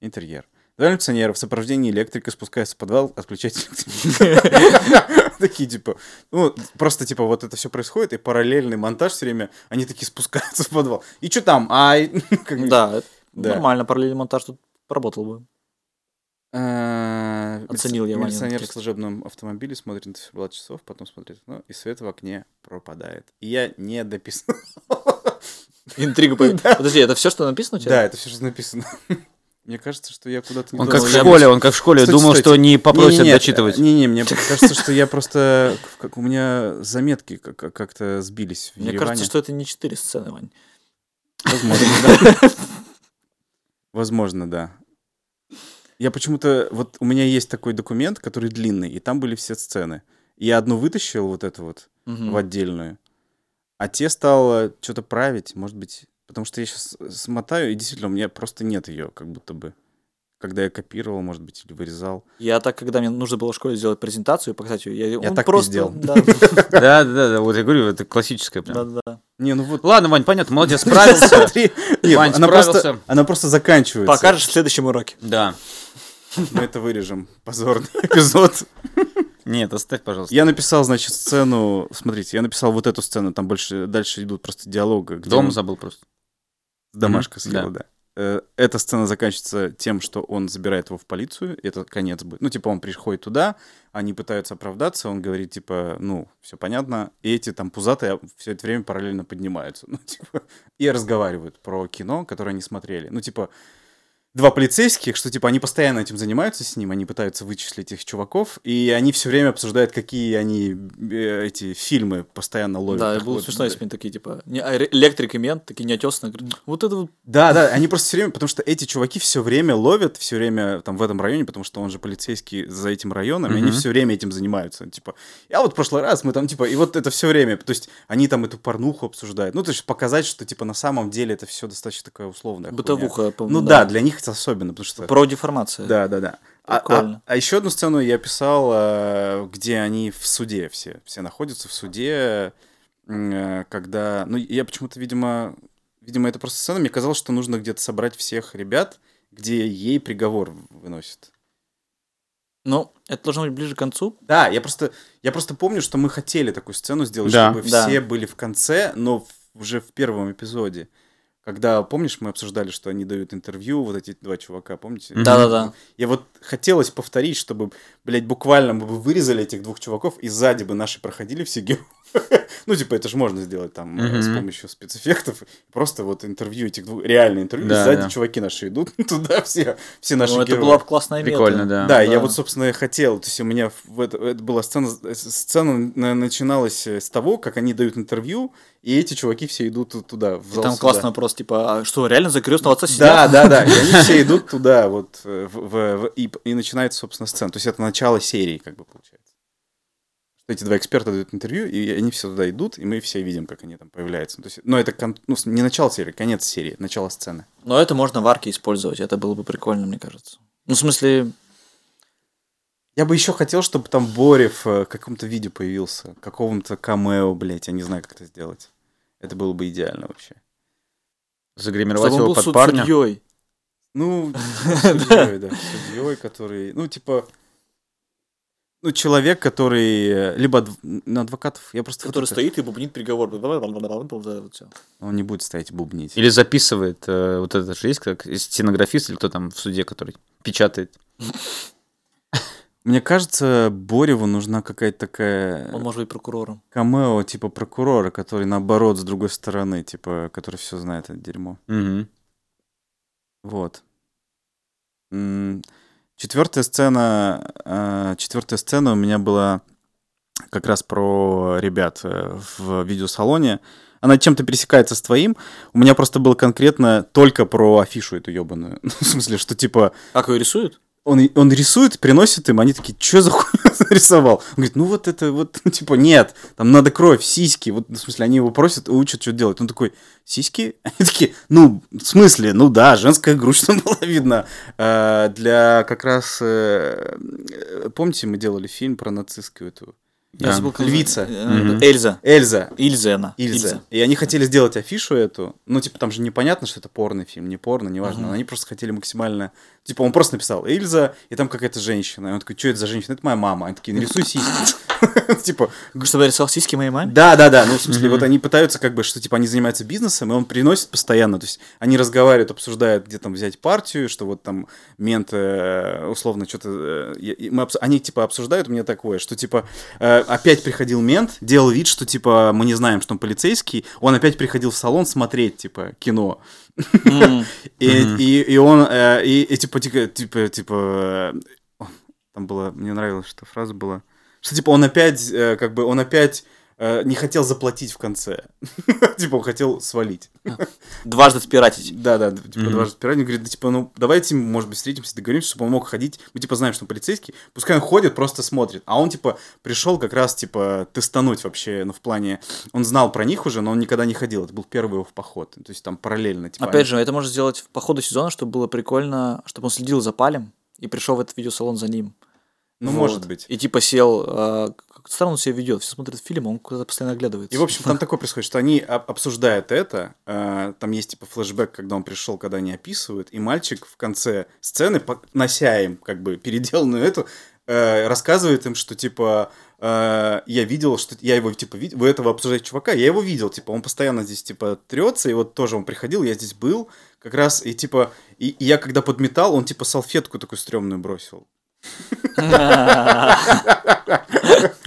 C: Интерьер. Два милиционера в сопровождении электрика спускается в подвал отключать электричество. Такие, типа, ну, просто, типа, вот это все происходит, и параллельный монтаж все время, они такие спускаются в подвал. И что там? А, и, как бы,
A: Да, это
C: Да.
A: нормально, параллельный монтаж тут поработал бы.
C: Э,
A: Оценил
C: милици-
A: я момент.
C: Милиционер в служебном автомобиле смотрит на циферблат часов, потом смотрит в окно, и свет в окне пропадает. И я не дописал.
A: Интрига. по- Подожди, это все, что
B: Ну,
A: написано у тебя?
C: Да, это все, что написано. Мне кажется, что я куда-то не
B: Он
A: Ну,
B: как в
A: я бы-
B: школе, он как в школе
C: Стойте,
B: думал,
C: стойте.
B: что не попросят
C: Не-не-не,
B: дочитывать.
C: Не-не, мне кажется, что я просто... как У меня заметки как- как- как-то сбились в
A: Мне
C: Ереване.
A: кажется, что это не четыре сцены, Вань.
C: Возможно, да. Возможно, да. Я почему-то... Вот у меня есть такой документ, который длинный, и там были все сцены. Я одну вытащил, вот эту вот,
A: Мгм.
C: в отдельную. А те стало что-то править, может быть, потому что я сейчас смотаю, и действительно, у меня просто нет ее, как будто бы. Когда я копировал, может быть, или вырезал.
A: Я так, когда мне нужно было в школе сделать презентацию и показать ее, я,
C: Я
A: он
C: так
A: просто...
C: пиздел.
A: Да,
B: Да, да, да, вот я говорю, это классическое
A: да,
B: прям.
A: да.
C: Не, ну вот...
B: Ладно, Вань, понятно, молодец, справился.
C: Смотри, не,
B: Вань
C: она, просто,
B: справился.
C: она просто заканчивается.
A: Покажешь в следующем уроке.
B: Да.
C: Мы это вырежем. Позорный эпизод.
B: Нет, оставь, пожалуйста.
C: Я написал, значит, сцену... Смотрите, я написал вот эту сцену, там больше дальше идут просто диалога. где
B: Дом
C: он-
B: забыл просто.
C: Домашка
B: Мгм,
C: съела, да. Э, Эта сцена заканчивается тем, что он забирает его в полицию, и это конец будет. Ну, типа, он приходит туда, они пытаются оправдаться, он говорит, типа, ну, все понятно, и эти там пузатые все это время параллельно поднимаются, ну, типа, и разговаривают про кино, которое они смотрели. Ну, типа, два полицейских, что, типа, они постоянно этим занимаются с ним, они пытаются вычислить их чуваков, и они все время обсуждают, какие они э, эти фильмы постоянно ловят.
A: да,
C: Так
A: было
C: вот,
A: смешно, если бы они такие, типа, не, а, ре- электрик и мент, такие неотесные. Вот это вот...
C: Да, да, они просто все время, потому что эти чуваки все время ловят, все время там в этом районе, потому что он же полицейский за этим районом, и они
B: Мгм.
C: все время этим занимаются. Типа, я вот в прошлый раз мы там, типа, и вот это все время, то есть они там эту порнуху обсуждают. Ну, то есть показать, что, типа, на самом деле это все достаточно такая условная хуйня.
A: Бытовуха, по-моему,
C: Ну да, для них это особенно, потому что...
A: Про деформация.
C: Да, да, да. А,
A: Прикольно.
C: еще одну сцену я писал, э, где они в суде все, все находятся в суде, э, когда, ну я почему-то, видимо, видимо это просто сцена, мне казалось, что нужно где-то собрать всех ребят, где ей приговор выносит.
A: Ну, это должно быть ближе к концу.
C: Да, я просто, я просто помню, что мы хотели такую сцену сделать,
B: Да.
C: чтобы
A: Да.
C: все были в конце, но в- уже в первом эпизоде. Когда, помнишь, мы обсуждали, что они дают интервью, вот эти два чувака, помните?
B: Мгм.
A: Да-да-да.
C: Я вот хотелось повторить, чтобы, блядь, буквально мы бы вырезали этих двух чуваков, и сзади бы наши проходили все герои. Ну, типа, это же можно сделать там э, с
B: Мгм.
C: помощью спецэффектов. Просто вот интервью этих двух, реальное интервью, и
B: Да,
C: сзади
B: да.
C: чуваки наши идут, туда все, все наши
A: Ну, это
C: герои.
A: была бы классная мета.
B: Прикольно, да.
C: Да,
A: Да.
C: я вот, собственно, и хотел. То есть у меня в это, это была сцена, э, сцена на- начиналась э, с того, как они дают интервью, и эти чуваки все идут ту- туда, в
A: И
C: зал
A: там
C: суда.
A: классный вопрос, типа, а что, реально за крестного отца
C: Да,
A: сидят?
C: да, да. И они все идут туда, вот, э, в- в- в- и, и начинается, собственно, сцена. То есть это начало серии, как бы, получается. Что эти два эксперта дают интервью, и они все туда идут, и мы все видим, как они там появляются. То есть, но это кон- ну, с- не начало серии, конец серии, начало сцены.
A: Но это можно в арке использовать, это было бы прикольно, мне кажется. Ну, в смысле,
C: Я бы еще хотел, чтобы там Борев э, в каком-то виде появился, в каком-то камео, блядь, я не знаю, как это сделать. Это было бы идеально вообще.
B: Загримировать
A: чтобы он
B: его
A: был
B: под
A: суд
B: парня.
A: судьей.
C: Ну, судьей, да, судьей, который, ну, типа, ну, человек, который, э, либо адв- на адвокатов, я просто... вот
A: Который
C: это-
A: стоит и бубнит приговор. Вот всё.
C: Он не будет стоять и бубнить.
B: Или записывает, э, вот это же есть, как стенографист или кто там в суде, который печатает.
C: Мне кажется, Бореву нужна какая-то такая
A: Он А может быть прокурором.
C: камео, типа, прокурора, который, наоборот, с другой стороны, типа, который все знает это дерьмо.
B: Мгм.
C: Вот. М, Четвертая сцена, э, четвертая сцена у меня была как раз про ребят э, в видеосалоне. Она чем-то пересекается с твоим. У меня просто было конкретно только про афишу эту ебаную. Ну, в смысле, что типа
A: Как ее рисуют?
C: он, он рисует, приносит им, они такие, что за хуйню нарисовал? Он говорит, ну вот это вот, ну, типа, нет, там надо кровь, сиськи. Вот, в смысле, они его просят и учат, что делать. Он такой, сиськи? Они такие, ну, в смысле, ну да, женская грудь там была видна. Э, Для как раз, э, э, помните, мы делали фильм про нацистскую эту?
A: Я
C: э,
A: забыл, как
C: Львица.
A: зовут. Э,
B: Мгм.
A: Эльза.
C: Эльза.
A: Ильзена.
C: Ильза. И они хотели сделать афишу эту. Ну, типа, там же непонятно, что это порный фильм, не порно, неважно.
A: Ага.
C: Они просто хотели максимально... Типа, он просто написал «Ильза», и там какая-то женщина. И он такой, что это за женщина? Это моя мама. Они такие, нарисуй сиськи. Типа,
A: Чтобы я рисовал сиськи моей маме?
C: да, да, да. Ну, в смысле, вот они пытаются, как бы, что типа они занимаются бизнесом, и он приносит постоянно. То есть они разговаривают, обсуждают, где там взять партию, что вот там мент э, условно что-то. э, я- и мы обс- Они типа обсуждают у меня такое, что типа э, опять приходил мент, делал вид, что типа мы не знаем, что он полицейский. Он опять приходил в салон смотреть, типа, кино.
A: М.
C: И,
B: Мгм.
C: и, и он, э, и, и типа, тика- типа, типа, э, там было, мне нравилось, что фраза была, что типа он опять, э, как бы, он опять э, не хотел заплатить в конце, типа он хотел свалить.
A: Дважды спиратить.
C: Да, да, типа
B: Мгм.
C: дважды пиратник говорит, да, типа, ну давайте, может быть, встретимся, договоримся, чтобы он мог ходить. Мы типа знаем, что он полицейский, пускай он ходит, просто смотрит. А он типа пришел как раз типа тестануть вообще, ну в плане, он знал про них уже, но он никогда не ходил. Это был первый его поход, то есть там параллельно. Типа, они-
A: Опять же, это можно сделать по ходу сезона, чтобы было прикольно, чтобы он следил за палем и пришел в этот видеосалон за ним.
C: ну
A: Вот.
C: может быть.
A: И типа сел, э, как странно он себя ведет, все смотрят фильм, а он куда-то постоянно оглядывается.
C: И, в общем, там такое происходит, что они об- обсуждают это. э, Там есть, типа, флешбэк, когда он пришел, когда они описывают. И мальчик в конце сцены, по- нося им, как бы, переделанную эту, э, рассказывает им, что, типа, э, я видел, что... Я его, типа, вид- Вы этого обсуждаете чувака, я его видел, типа, он постоянно здесь, типа, трется. И вот тоже он приходил, я здесь был. Как раз, и, типа, и, и я, когда подметал, он, типа, салфетку такую стрёмную бросил.
B: А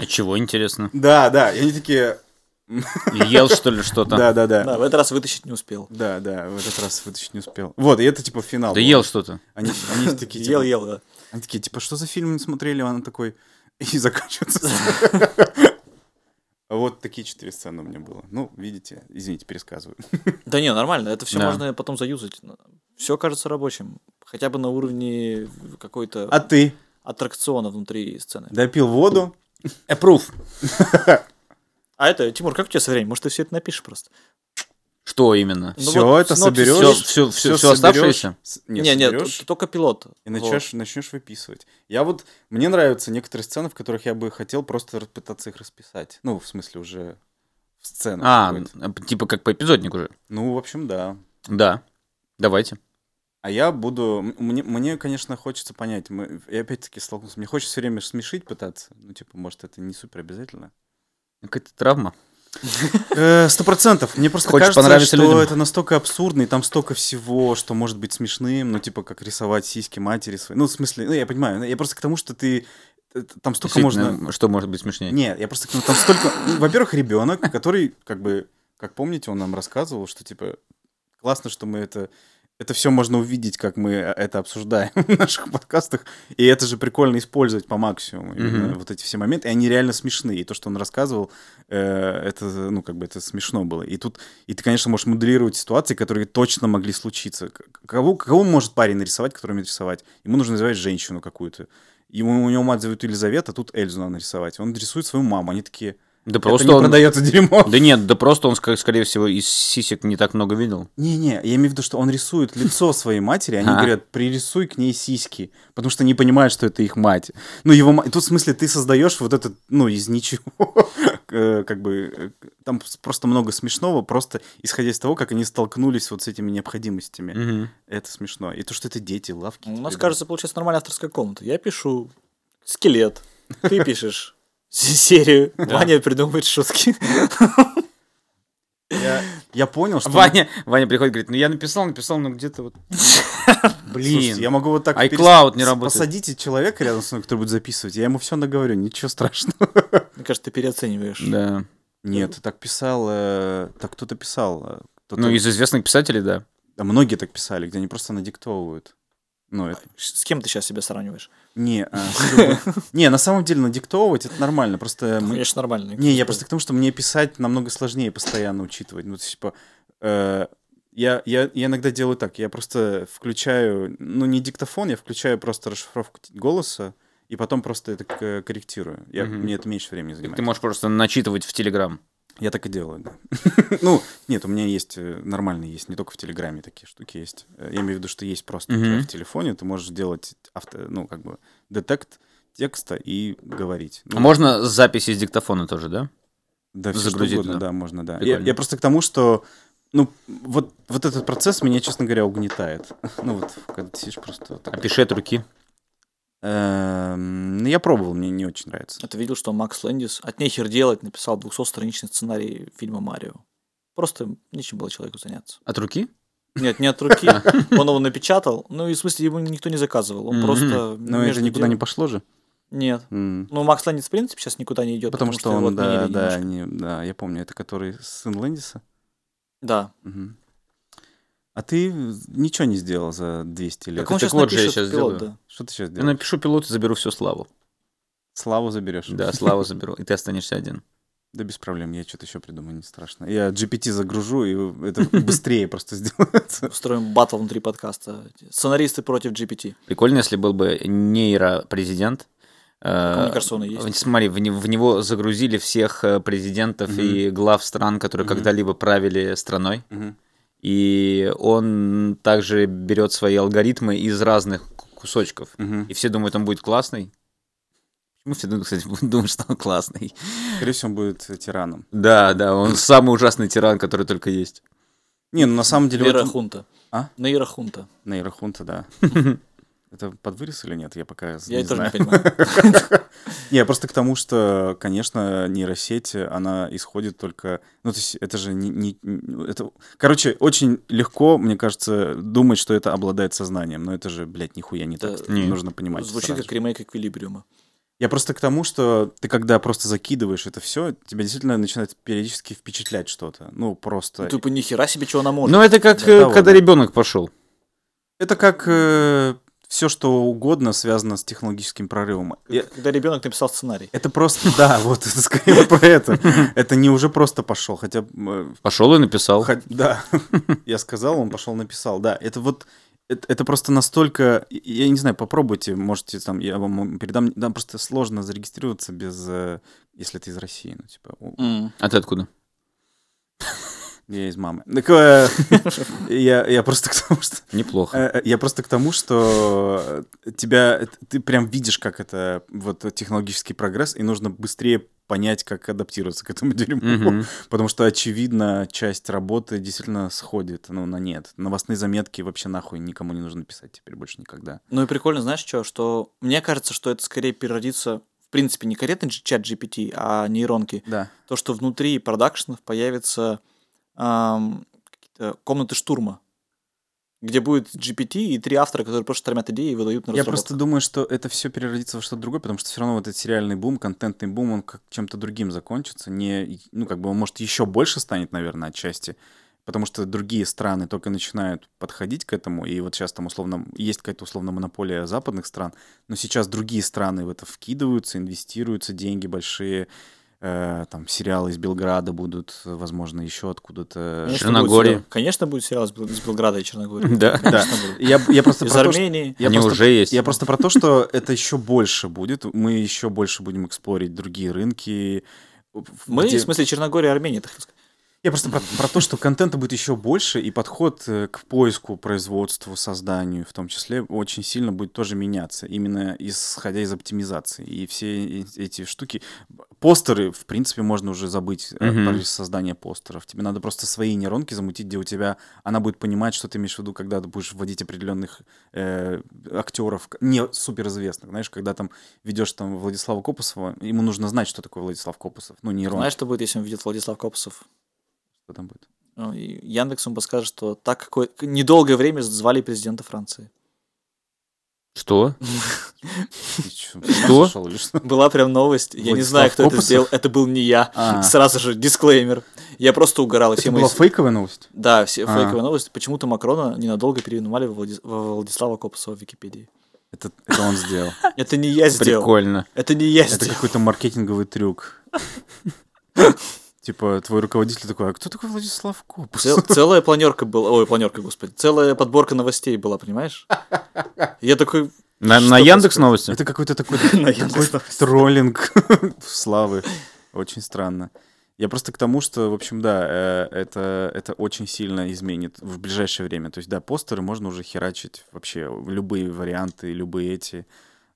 B: чего, интересно?
C: Да, да, и они такие...
B: Ел, что ли, что-то?
C: Да, да,
A: Да,
C: да.
A: в этот раз вытащить не успел.
C: Да, да, в этот раз вытащить не успел. Вот, и это типа финал.
B: Да
C: был.
B: ел что-то.
C: Они, они такие, типа,
A: Ел, ел, да.
C: Они такие, типа, что за фильм не смотрели? Она такой, и заканчивается. Вот такие четыре сцены у меня было. Ну, видите, извините, пересказываю.
A: Да не, нормально, это все
B: Да.
A: можно потом заюзать. Все кажется рабочим. Хотя бы на уровне какой-то
C: А ты
A: аттракциона внутри сцены.
C: допил воду?
B: Approve.
A: А это, Тимур, как у тебя со временем? Может, ты все это напишешь просто?
B: Что именно?
A: Ну
C: Все
A: вот,
C: это
A: ну вот
C: соберешь?
B: Все, все, все,
C: всё
B: оставшееся?
C: соберешь, с-
A: Не,
C: Нет,
A: не,
C: соберешь
A: т- только пилот.
C: и начнешь, начнешь выписывать. Я вот, мне нравятся некоторые сцены, в которых я бы хотел просто ра- пытаться их расписать. Ну, в смысле, уже в сцену.
B: А,
C: какую-то.
B: типа как по эпизодник уже.
C: Ну, в общем, да.
B: Да. Давайте.
C: А я буду... м- Мне, мне, конечно, хочется понять. Мы... Я опять-таки столкнулся. Мне хочется все время смешить пытаться. Ну, типа, может, это не супер обязательно.
B: Какая-то травма.
C: Э, Сто процентов. Мне просто
B: Хочешь
C: кажется,
B: понравиться
C: что
B: людям?
C: это настолько абсурдно, и там столько всего, что может быть смешным. Ну, типа, как рисовать сиськи матери своей. Ну, в смысле, ну, я понимаю. ну, Я просто к тому, что ты... э, Там столько
B: Действительно,
C: можно...
B: Что может быть смешнее?
C: Нет, я просто... к тому, там столько... Ну, Во-первых, ребенок, который, как бы, как помните, он нам рассказывал, что, типа, классно, что мы это... Это все можно увидеть, как мы э, это обсуждаем в наших подкастах. И это же прикольно использовать по максимуму. именно
B: Мгм.
C: Вот эти все моменты. И они реально смешные. И то, что он рассказывал, э, это, ну, как бы это смешно было. И тут, и ты, конечно, можешь моделировать ситуации, которые точно могли случиться. К- Кого, кого может парень нарисовать, который умеет рисовать? Ему нужно нарисовать женщину какую-то. Ему, у него мать зовет Елизавета, а тут Эльзу надо нарисовать. Он рисует свою маму. Они такие,
B: Да
C: просто
B: просто
C: не
B: он...
C: продается дерьмо.
B: Да нет, да просто он, ск- скорее всего, из сисек не так много видел.
C: Не-не, я имею в виду, что он рисует лицо своей матери, они
B: А.
C: говорят, пририсуй к ней сиськи, потому что не понимают, что это их мать. Ну, его ма- Тут, в смысле, ты создаешь вот этот, ну, из ничего, э, как бы, э, там с- просто много смешного, просто исходя из того, как они столкнулись вот с этими необходимостями.
B: Мгм.
C: Это смешно. И то, что это дети, лавки.
A: Ну, У
C: эти
A: нас,
C: ребята.
A: кажется, получается нормальная авторская комната. Я пишу скелет, ты пишешь с- серию, Ваня придумывает шутки.
C: Я, я понял, что...
B: Ваня, Ваня приходит, говорит, ну я написал, написал, но где-то вот...
C: Слушайте, я могу вот так... перес-
B: iCloud не работает.
C: Посадите человека рядом со мной, который будет записывать, я ему все наговорю, ничего страшного.
A: Мне кажется, ты переоцениваешь.
B: Да.
C: Нет, так писал... э, Так кто-то писал. э, кто-то-
B: Ну, из известных писателей, да.
C: А многие так писали, где они просто надиктовывают. Ну, это...
A: Ш- С кем ты сейчас себя сравниваешь?
C: Не, а, с любым- не, на самом деле надиктовывать это нормально, просто... мы-
A: Конечно, нормально.
C: Не, я просто к тому, что мне писать намного сложнее постоянно учитывать. Ну, типа, э, Я, я, я иногда делаю так, я просто включаю, ну, не диктофон, я включаю просто расшифровку т- голоса, и потом просто это к- корректирую. Я,
B: Мгм.
C: Мне это меньше времени
B: Так
C: занимает.
B: ты можешь просто начитывать в Телеграм.
C: Я так и делаю, да. ну, нет, у меня есть э, нормальные есть, не только в Телеграме такие штуки есть. Э, Я имею в виду, что есть просто у тебя
B: Мгм.
C: в телефоне, ты можешь делать авто, ну, как бы, детект текста и говорить.
B: А
C: Ну,
B: можно записи из диктофона тоже, да?
C: Да, все
B: загрузить
C: угодно,
B: туда?
C: да, можно, да. Я,
B: Прикольно.
C: я просто к тому, что, ну, вот, вот этот процесс меня, честно говоря, угнетает. ну, вот, когда ты сидишь просто вот так.
B: А пиши от руки.
C: Эм, ну, я пробовал, мне не очень нравится.
A: А ты видел, что Макс Лэндис от нехер делать написал 200-страничный сценарий фильма «Марио». Просто нечем было человеку заняться.
B: От руки?
A: Нет, не от руки. Он его напечатал. Ну, и в смысле, ему никто не заказывал. Он
B: Мгм.
A: просто...
C: Но это
A: между
C: никуда не
A: делом-
C: пошло же.
A: Нет.
C: М.
A: Ну, Макс Лэндис, в принципе, сейчас никуда не идет.
C: Потому, что, он,
A: его
C: да,
A: отменили
C: да,
A: немножко.
C: не- да, я помню, это который сын Лэндиса.
A: Да.
C: Мгм. А ты ничего не сделал за 200 лет.
A: Так он
B: так
A: сейчас
B: вот же я
A: напишет
B: щас
A: пилот,
B: сделаю.
A: да.
C: Что ты сейчас
B: Я
C: делаешь?
B: напишу пилоту, заберу всю славу.
C: Славу заберешь?
B: Да, славу заберу, и ты останешься один.
C: Да без проблем, я что-то еще придумаю, не страшно. Я GPT загружу, и это быстрее просто сделается.
A: Устроим батл внутри подкаста. Сценаристы против GPT.
B: Прикольно, если был бы нейропрезидент.
A: Мне
B: Э,
A: кажется, он и есть.
B: Смотри, в, не- в него загрузили всех э, президентов и глав стран, которые
C: Мгм.
B: когда-либо правили страной.
C: Мгм.
B: И он также берет свои алгоритмы из разных к- кусочков.
C: Мгм.
B: И все думают, он будет классный. Почему все, думают, кстати, думают, что он классный?
C: Скорее всего, он будет э, тираном.
B: Да, да, он самый ужасный тиран, который только есть.
C: Не, ну на самом деле... вот-
A: Нейрохунта.
C: А?
A: Ну, Нейрохунта.
C: Нейрохунта, да. Это подвырез или нет? Я пока
A: Я
C: не
A: это тоже
C: знаю.
A: не понимаю.
C: Не, я просто к тому, что, конечно, нейросеть, она исходит только... Ну, то есть это же не... не- не- это... Короче, очень легко, мне кажется, думать, что это обладает сознанием. Но это же, блядь, нихуя не так.
A: Да.
B: Не.
C: Нужно понимать.
A: Звучит
C: сразу
A: как
C: же.
A: ремейк Эквилибриума.
C: Я просто к тому, что ты когда просто закидываешь это все, тебя действительно начинает периодически впечатлять что-то. Ну, просто...
A: Ну, Тупо нихера себе, что она может.
B: Ну, это как,
C: Да,
B: э,
C: того,
B: когда
C: да.
B: ребенок пошел.
C: Это как... все, что угодно связано с технологическим прорывом. Я-
A: Когда ребенок написал сценарий.
C: Это просто, да, вот это скорее вот про это. Это не уже просто пошел, хотя э,
B: Пошел и написал.
C: Хо- Да, я сказал, он пошел написал. Да, это вот это, это просто настолько, я не знаю, попробуйте, можете там, я вам передам, там просто сложно зарегистрироваться без, э, если ты из России, ну типа, у-
A: М.
B: А ты откуда?
C: я из мамы. Так, э, я, я просто к тому, что
B: Неплохо.
C: Э, э, Я просто к тому, что э, тебя, ты прям видишь, как это вот технологический прогресс, и нужно быстрее понять, как адаптироваться к этому
A: Э,
C: дерьму.
B: Мгм.
C: Потому что, очевидно, часть работы действительно сходит, ну, на нет. Новостные заметки вообще нахуй никому не нужно писать теперь больше никогда.
A: Ну и прикольно, знаешь что, что мне кажется, что это скорее переродится, в принципе, не корректный дж- чат GPT, а нейронки.
C: Да.
A: То, что внутри продакшенов появятся ам, какие-то комнаты штурма, где будет GPT и три автора, которые просто штормят идеи и выдают на
C: Я
A: разработку.
C: просто думаю, что это все переродится во что-то другое, потому что все равно вот этот сериальный бум, контентный бум, он как чем-то другим закончится. Не, ну, как бы он, может, еще больше станет, наверное, отчасти. Потому что другие страны только начинают подходить к этому, и вот сейчас там условно есть какая-то условно монополия западных стран, но сейчас другие страны в это вкидываются, инвестируются, деньги большие, э, там сериалы из Белграда будут, возможно, еще откуда-то.
A: Конечно,
B: Черногория.
A: будет сериал. Конечно, будет сериал из Бел- из Белграда и Черногории.
B: Да.
C: Да,
A: Конечно, будет.
C: я, я просто
A: Из
C: про то, что-
A: Армении.
C: я
B: Они
C: просто
B: уже есть.
C: Я просто про то, что это еще больше будет. Мы еще больше будем эксплорить другие рынки. в-
A: Мы,
C: где-
A: в смысле, Черногория и Армения, так сказать.
C: Я просто про, про то, что контента будет еще больше, и подход э, к поиску, производству, созданию, в том числе, очень сильно будет тоже меняться, именно исходя из оптимизации. И все э- эти штуки... Постеры, в принципе, можно уже забыть э,
B: Мгм.
C: про создание постеров. Тебе надо просто свои нейронки замутить, где у тебя... Она будет понимать, что ты имеешь в виду, когда ты будешь вводить определенных э, актеров, к- не суперизвестных. Знаешь, когда там ведешь там Владислава Копосова, ему нужно знать, что такое Владислав Копосов. Ну, нейронки.
A: Знаешь, что будет, если он видит Владислав Копосов?
C: что там будет?
A: Ну, и Яндекс ему подскажет, что так какое... недолгое время звали президента Франции.
B: Что?
C: Ты чё, с ума
B: Что?
C: сошёл или что?
A: Была прям новость. Я не
C: Владислав
A: знаю, кто это
C: Копосов?
A: сделал. Это был не я.
C: А.
A: Сразу же дисклеймер. Я просто угорал. и все
C: Это
A: мои-
C: была фейковая новость?
A: Да, все
C: А.
A: фейковые новости. Почему-то Макрона ненадолго переименовали во Владис- во Владислава Копосова в Википедии.
C: Это, это он сделал.
A: Это не я сделал.
B: Прикольно.
A: Это не я
C: Это
A: сделал.
C: какой-то маркетинговый трюк. Типа, твой руководитель такой, а кто такой Владислав Копус?
A: Цел- целая планерка была. Ой, планерка, господи. Целая подборка новостей была, понимаешь? Я такой, «Ну,
B: На,
A: Что
B: на Яндекс
A: происходит?
B: новости?
C: Это какой-то такой
A: На
C: такой
A: Яндекс.Новости.
C: троллинг славы. Очень странно. Я просто к тому, что, в общем, да, э, это, это очень сильно изменит в ближайшее время. То есть, да, постеры можно уже херачить вообще в любые варианты, любые эти.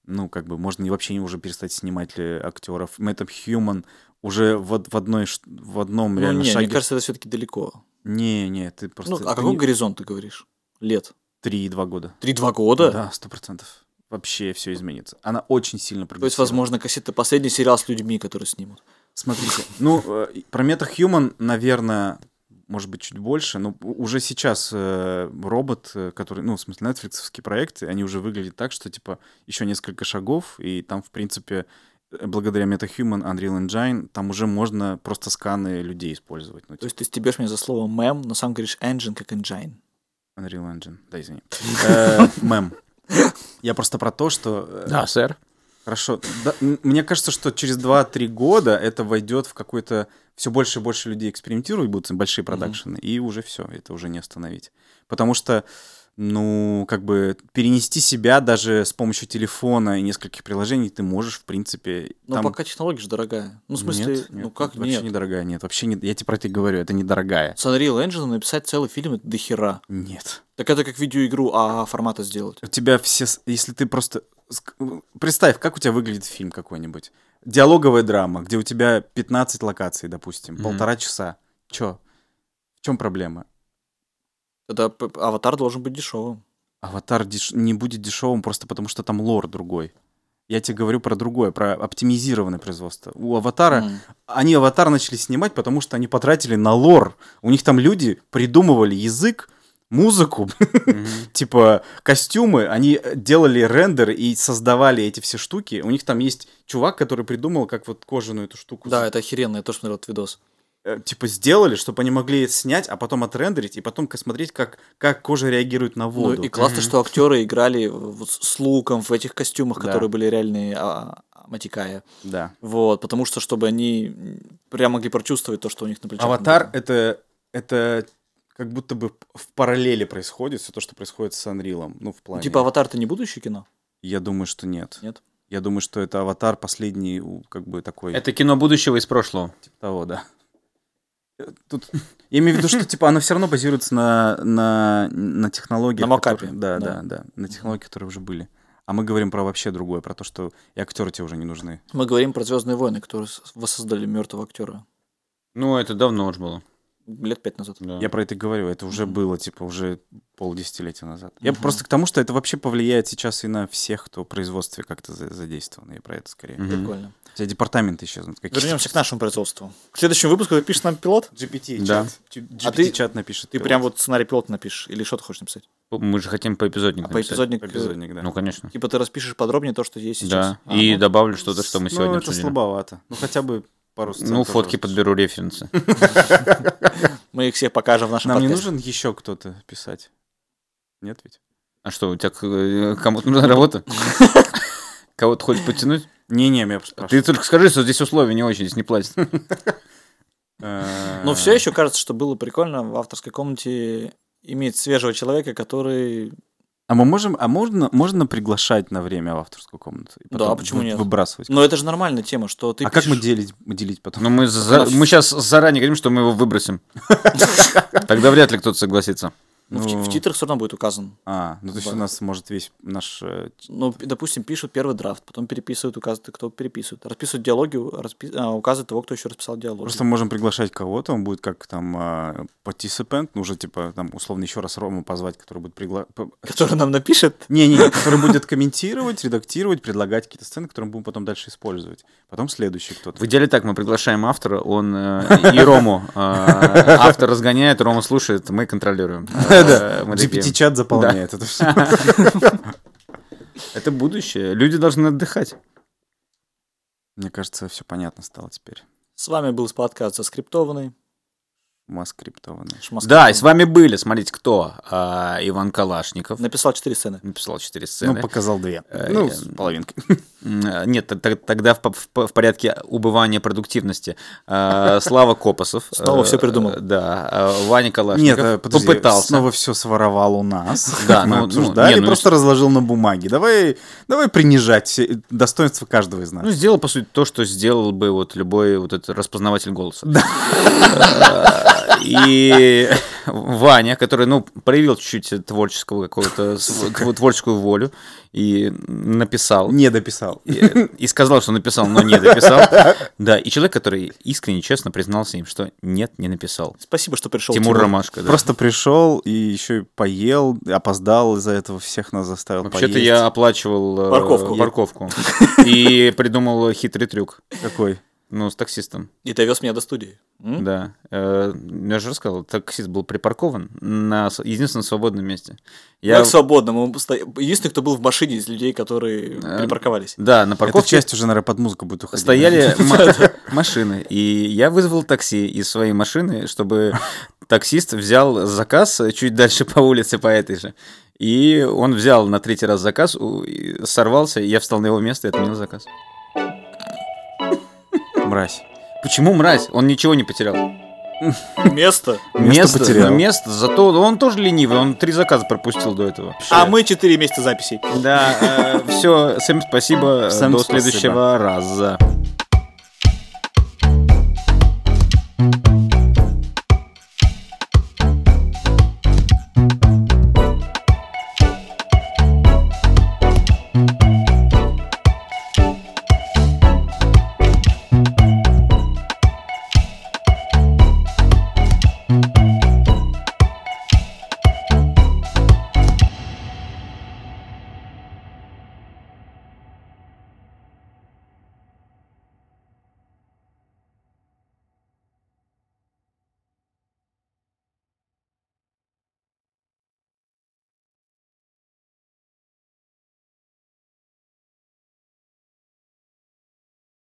C: Ну, как бы можно и вообще уже перестать снимать ли актеров. Мэтт Хьюман уже в, од- в одной ш- в одном
A: ну
C: реально
A: не,
C: шаге.
A: мне кажется, это все таки далеко.
C: Не, не, ты просто
A: Ну, а какой горизонт ты говоришь? Лет?
C: три и два года.
A: Три-два года?
C: Да, сто процентов. Вообще все изменится. Она очень
A: То
C: сильно
A: есть,
C: прогрессирует.
A: возможно, кассета последний сериал с людьми, которые снимут.
C: Смотрите, ну, э, и про MetaHuman, наверное, может быть, чуть больше, но у- уже сейчас э, робот, э, который, ну, в смысле, нетфликсовские проекты, они уже выглядят так, что, типа, еще несколько шагов, и там, в принципе, э, благодаря MetaHuman, Unreal Engine, там уже можно просто сканы людей использовать. Ну,
A: То
C: типа,
A: есть ты стебешь меня за слово мем, но сам говоришь engine как engine.
C: типа, Unreal Engine, да, извини. Э, Мем. Я просто про то, что... э,
B: Да, сэр.
C: Хорошо. Да, м- мне кажется, что через 2-3 года это войдет в какой-то... Все больше и больше людей экспериментируют, будут большие продакшены, и уже все, это уже не остановить. Потому что, ну, как бы перенести себя даже с помощью телефона и нескольких приложений ты можешь, в принципе...
A: Но
C: там-
A: Ну, пока технология же дорогая. Ну, в смысле,
C: Нет,
A: ну
C: нет,
A: как
C: вообще
A: нет?
C: недорогая, нет, вообще не... Я тебе про это и говорю, это недорогая.
A: С Unreal Engine написать целый фильм это дохера.
C: Нет.
A: Так это как видеоигру а формата сделать.
C: У тебя все... с- Если ты просто... ск- Представь, как у тебя выглядит фильм какой-нибудь. Диалоговая драма, где у тебя 15 локаций, допустим,
B: Мгм.
C: полтора часа. Чё? В чем проблема?
A: Тогда п- аватар должен быть дешевым.
C: Аватар деш- не будет дешевым просто потому, что там лор другой. Я тебе говорю про другое, про оптимизированное производство. У Аватара... Они Аватар начали снимать, потому что они потратили на лор. У них там люди придумывали язык, музыку, типа костюмы, они делали рендер и создавали эти все штуки. У них там есть чувак, который придумал, как вот кожаную эту штуку,
A: Да, это охеренно, я тоже смотрел этот видос.
C: э, типа сделали, чтобы они могли снять, а потом отрендерить и потом к- смотреть, как как кожа реагирует на
A: Ну,
C: воду.
A: и классно, что актеры играли вот с с луком в этих костюмах,
C: Да.
A: которые были реальные а, а, Матикая.
C: Да.
A: Вот, потому что, чтобы они м, прям могли прочувствовать то, что у них на плечах.
C: Аватар это это как будто бы в параллели происходит все то, что происходит с Unreal. Ну
A: Ну,
C: в плане.
A: типа аватар это не будущее кино?
C: Я думаю, что нет.
A: Нет?
C: Я думаю, что это Аватар последний, у- как бы такой.
B: Это кино будущего из прошлого.
C: Типа того, да. Э, Тут я имею в виду, что типа оно все равно базируется на, на, на технологии.
A: На мокапе,
C: да,
A: да.
C: да, да, На технологии, которые уже были. А мы говорим про вообще другое, про то, что и актеры тебе уже не нужны.
A: Мы говорим про Звездные войны, которые с- воссоздали мертвого актера
B: Ну, это давно уж было.
A: лет пять назад.
B: Да.
C: Я про это и говорю, это уже
A: Мгм.
C: было, типа, уже полдесятилетия назад. Я
A: Мгм.
C: просто к тому, что это вообще повлияет сейчас и на всех, кто в производстве как-то за- задействован, и про это скорее.
B: Мгм.
A: Прикольно.
C: У тебя департаменты исчезнут. какие-то.
A: Вернемся к нашему производству. К следующему выпуску напишешь нам пилот?
C: Да.
A: А ты-
C: GPT-чат напишет.
A: Ты
C: пилот.
A: прям вот сценарий пилота напишешь. Или что ты хочешь написать?
B: Мы же хотим по эпизоднику.
A: А по эпизодник, э,
C: Эпизодник, да.
B: Ну, конечно.
A: типа ты распишешь подробнее то, что есть сейчас.
B: Да.
A: А,
B: И
A: ну,
B: добавлю что-то, что мы
C: Ну,
B: сегодня
C: это
B: обсудили.
C: слабовато. Ну, хотя бы пару сцен
B: Ну,
C: тоже
B: фотки
C: распиши.
B: подберу, референсы.
A: Мы их всех покажем в нашем
C: Нам не
A: подкасте.
C: нужен еще кто-то писать. Нет ведь?
B: А что, у тебя к- э, кому-то нужна работа? Кого-то хочешь подтянуть?
C: Не-не, я просто
B: Ты только скажи, что здесь условия не очень, здесь не платят.
C: Э,
A: Но все еще кажется, что было прикольно в авторской комнате иметь свежего человека, который...
C: А мы можем, а можно, можно приглашать на время в авторскую комнату? И
A: Да,
C: потом
A: почему нет?
C: Выбрасывать.
A: Но ну, это же нормальная тема, что ты
C: а как мы
A: пишешь-
C: делить, делить потом?
B: Но мы, за- мы сейчас заранее говорим, что мы его выбросим. Тогда вряд ли кто-то согласится.
A: Ну, в, ти- в
C: Ну.
A: титрах все равно будет указан.
C: А, ну то есть у
A: Б.
C: нас может весь наш... э, т-
A: Ну, п- допустим, пишут первый драфт, потом переписывают, указывают, кто переписывает. Расписывают диалоги, у- распи- а, указывают того, кто еще расписал диалоги.
C: Просто мы можем приглашать кого-то, он будет как там э, participant, ну уже типа там условно еще раз Рому позвать, который будет пригла... п-
A: Который нам напишет.
C: Не-не-не, который будет комментировать, редактировать, предлагать какие-то сцены, которые мы будем потом дальше использовать. Потом следующий кто-то.
B: В идеале так, мы приглашаем автора, он э, и Рому. э, Автор разгоняет, Рома слушает, мы контролируем. Э, мы такие,
C: GPT-чат заполняет это все.
B: Это будущее. Люди должны отдыхать.
C: Мне кажется, все понятно стало теперь.
A: С вами был подкаст «Заскриптованный».
C: Маск криптованный.
A: Шмасков.
B: Да, и с вами были, смотрите, кто? А, Иван Калашников.
A: Написал четыре сцены.
B: Написал четыре сцены.
C: Ну, показал две.
B: Э,
C: Ну,
B: э,
C: с половинкой.
B: М, э, Нет, т- т- тогда в, по- в по- в порядке убывания продуктивности. А, Слава Копосов.
A: Снова
B: э,
A: всё придумал.
B: э, Да, а, Ваня
C: Нет,
B: Калашников.
C: э, подожди,
B: попытался.
C: снова все своровал у нас.
B: Да,
C: как мы
B: ну, ну,
C: обсуждали,
B: не, ну,
C: просто разложил на бумаге. Давай, давай принижать все- достоинство каждого из
B: Ну,
C: нас.
B: сделал, по сути, то, что сделал бы вот любой вот этот распознаватель голоса. Э, И Ваня, который, ну, проявил чуть-чуть творческого какого-то, св- тв- творческую волю и написал.
C: Не дописал.
B: И, и сказал, что написал, но не дописал. Да, и человек, который искренне, честно признался им, что нет, не написал.
A: Спасибо, что пришел.
B: Тимур Ромашко, да.
C: Просто пришел и еще и поел, опоздал из-за этого, всех нас заставил
B: Вообще-то
C: поесть.
B: я оплачивал э,
A: Парковку.
B: парковку и придумал хитрый трюк.
C: Какой?
B: Ну, с таксистом.
A: И довез меня до студии. М?
B: Да. Э, Я же рассказал, таксист был припаркован на с- единственном свободном месте.
A: Я...
B: Я...
A: к свободному. Мы сто- Единственный, кто был в машине из людей, которые
B: Э,
A: перепарковались.
B: Да, на
C: Эта
B: парковке
C: часть уже, наверное, под музыку будет уходить.
B: стояли ма- машины, и я вызвал такси из своей машины, чтобы таксист взял заказ чуть дальше по улице, по этой же. И он взял на третий раз заказ, у- и сорвался, и я встал на его место и отменил заказ.
C: Мразь.
B: Почему мразь? Он ничего не потерял.
A: Место.
C: Место потерял.
B: Место, зато он тоже ленивый, он три заказа пропустил до этого.
A: А мы 4 месяца записей.
B: Да, все, всем э, спасибо,
C: Всем
B: до
C: спасибо.
B: следующего раза.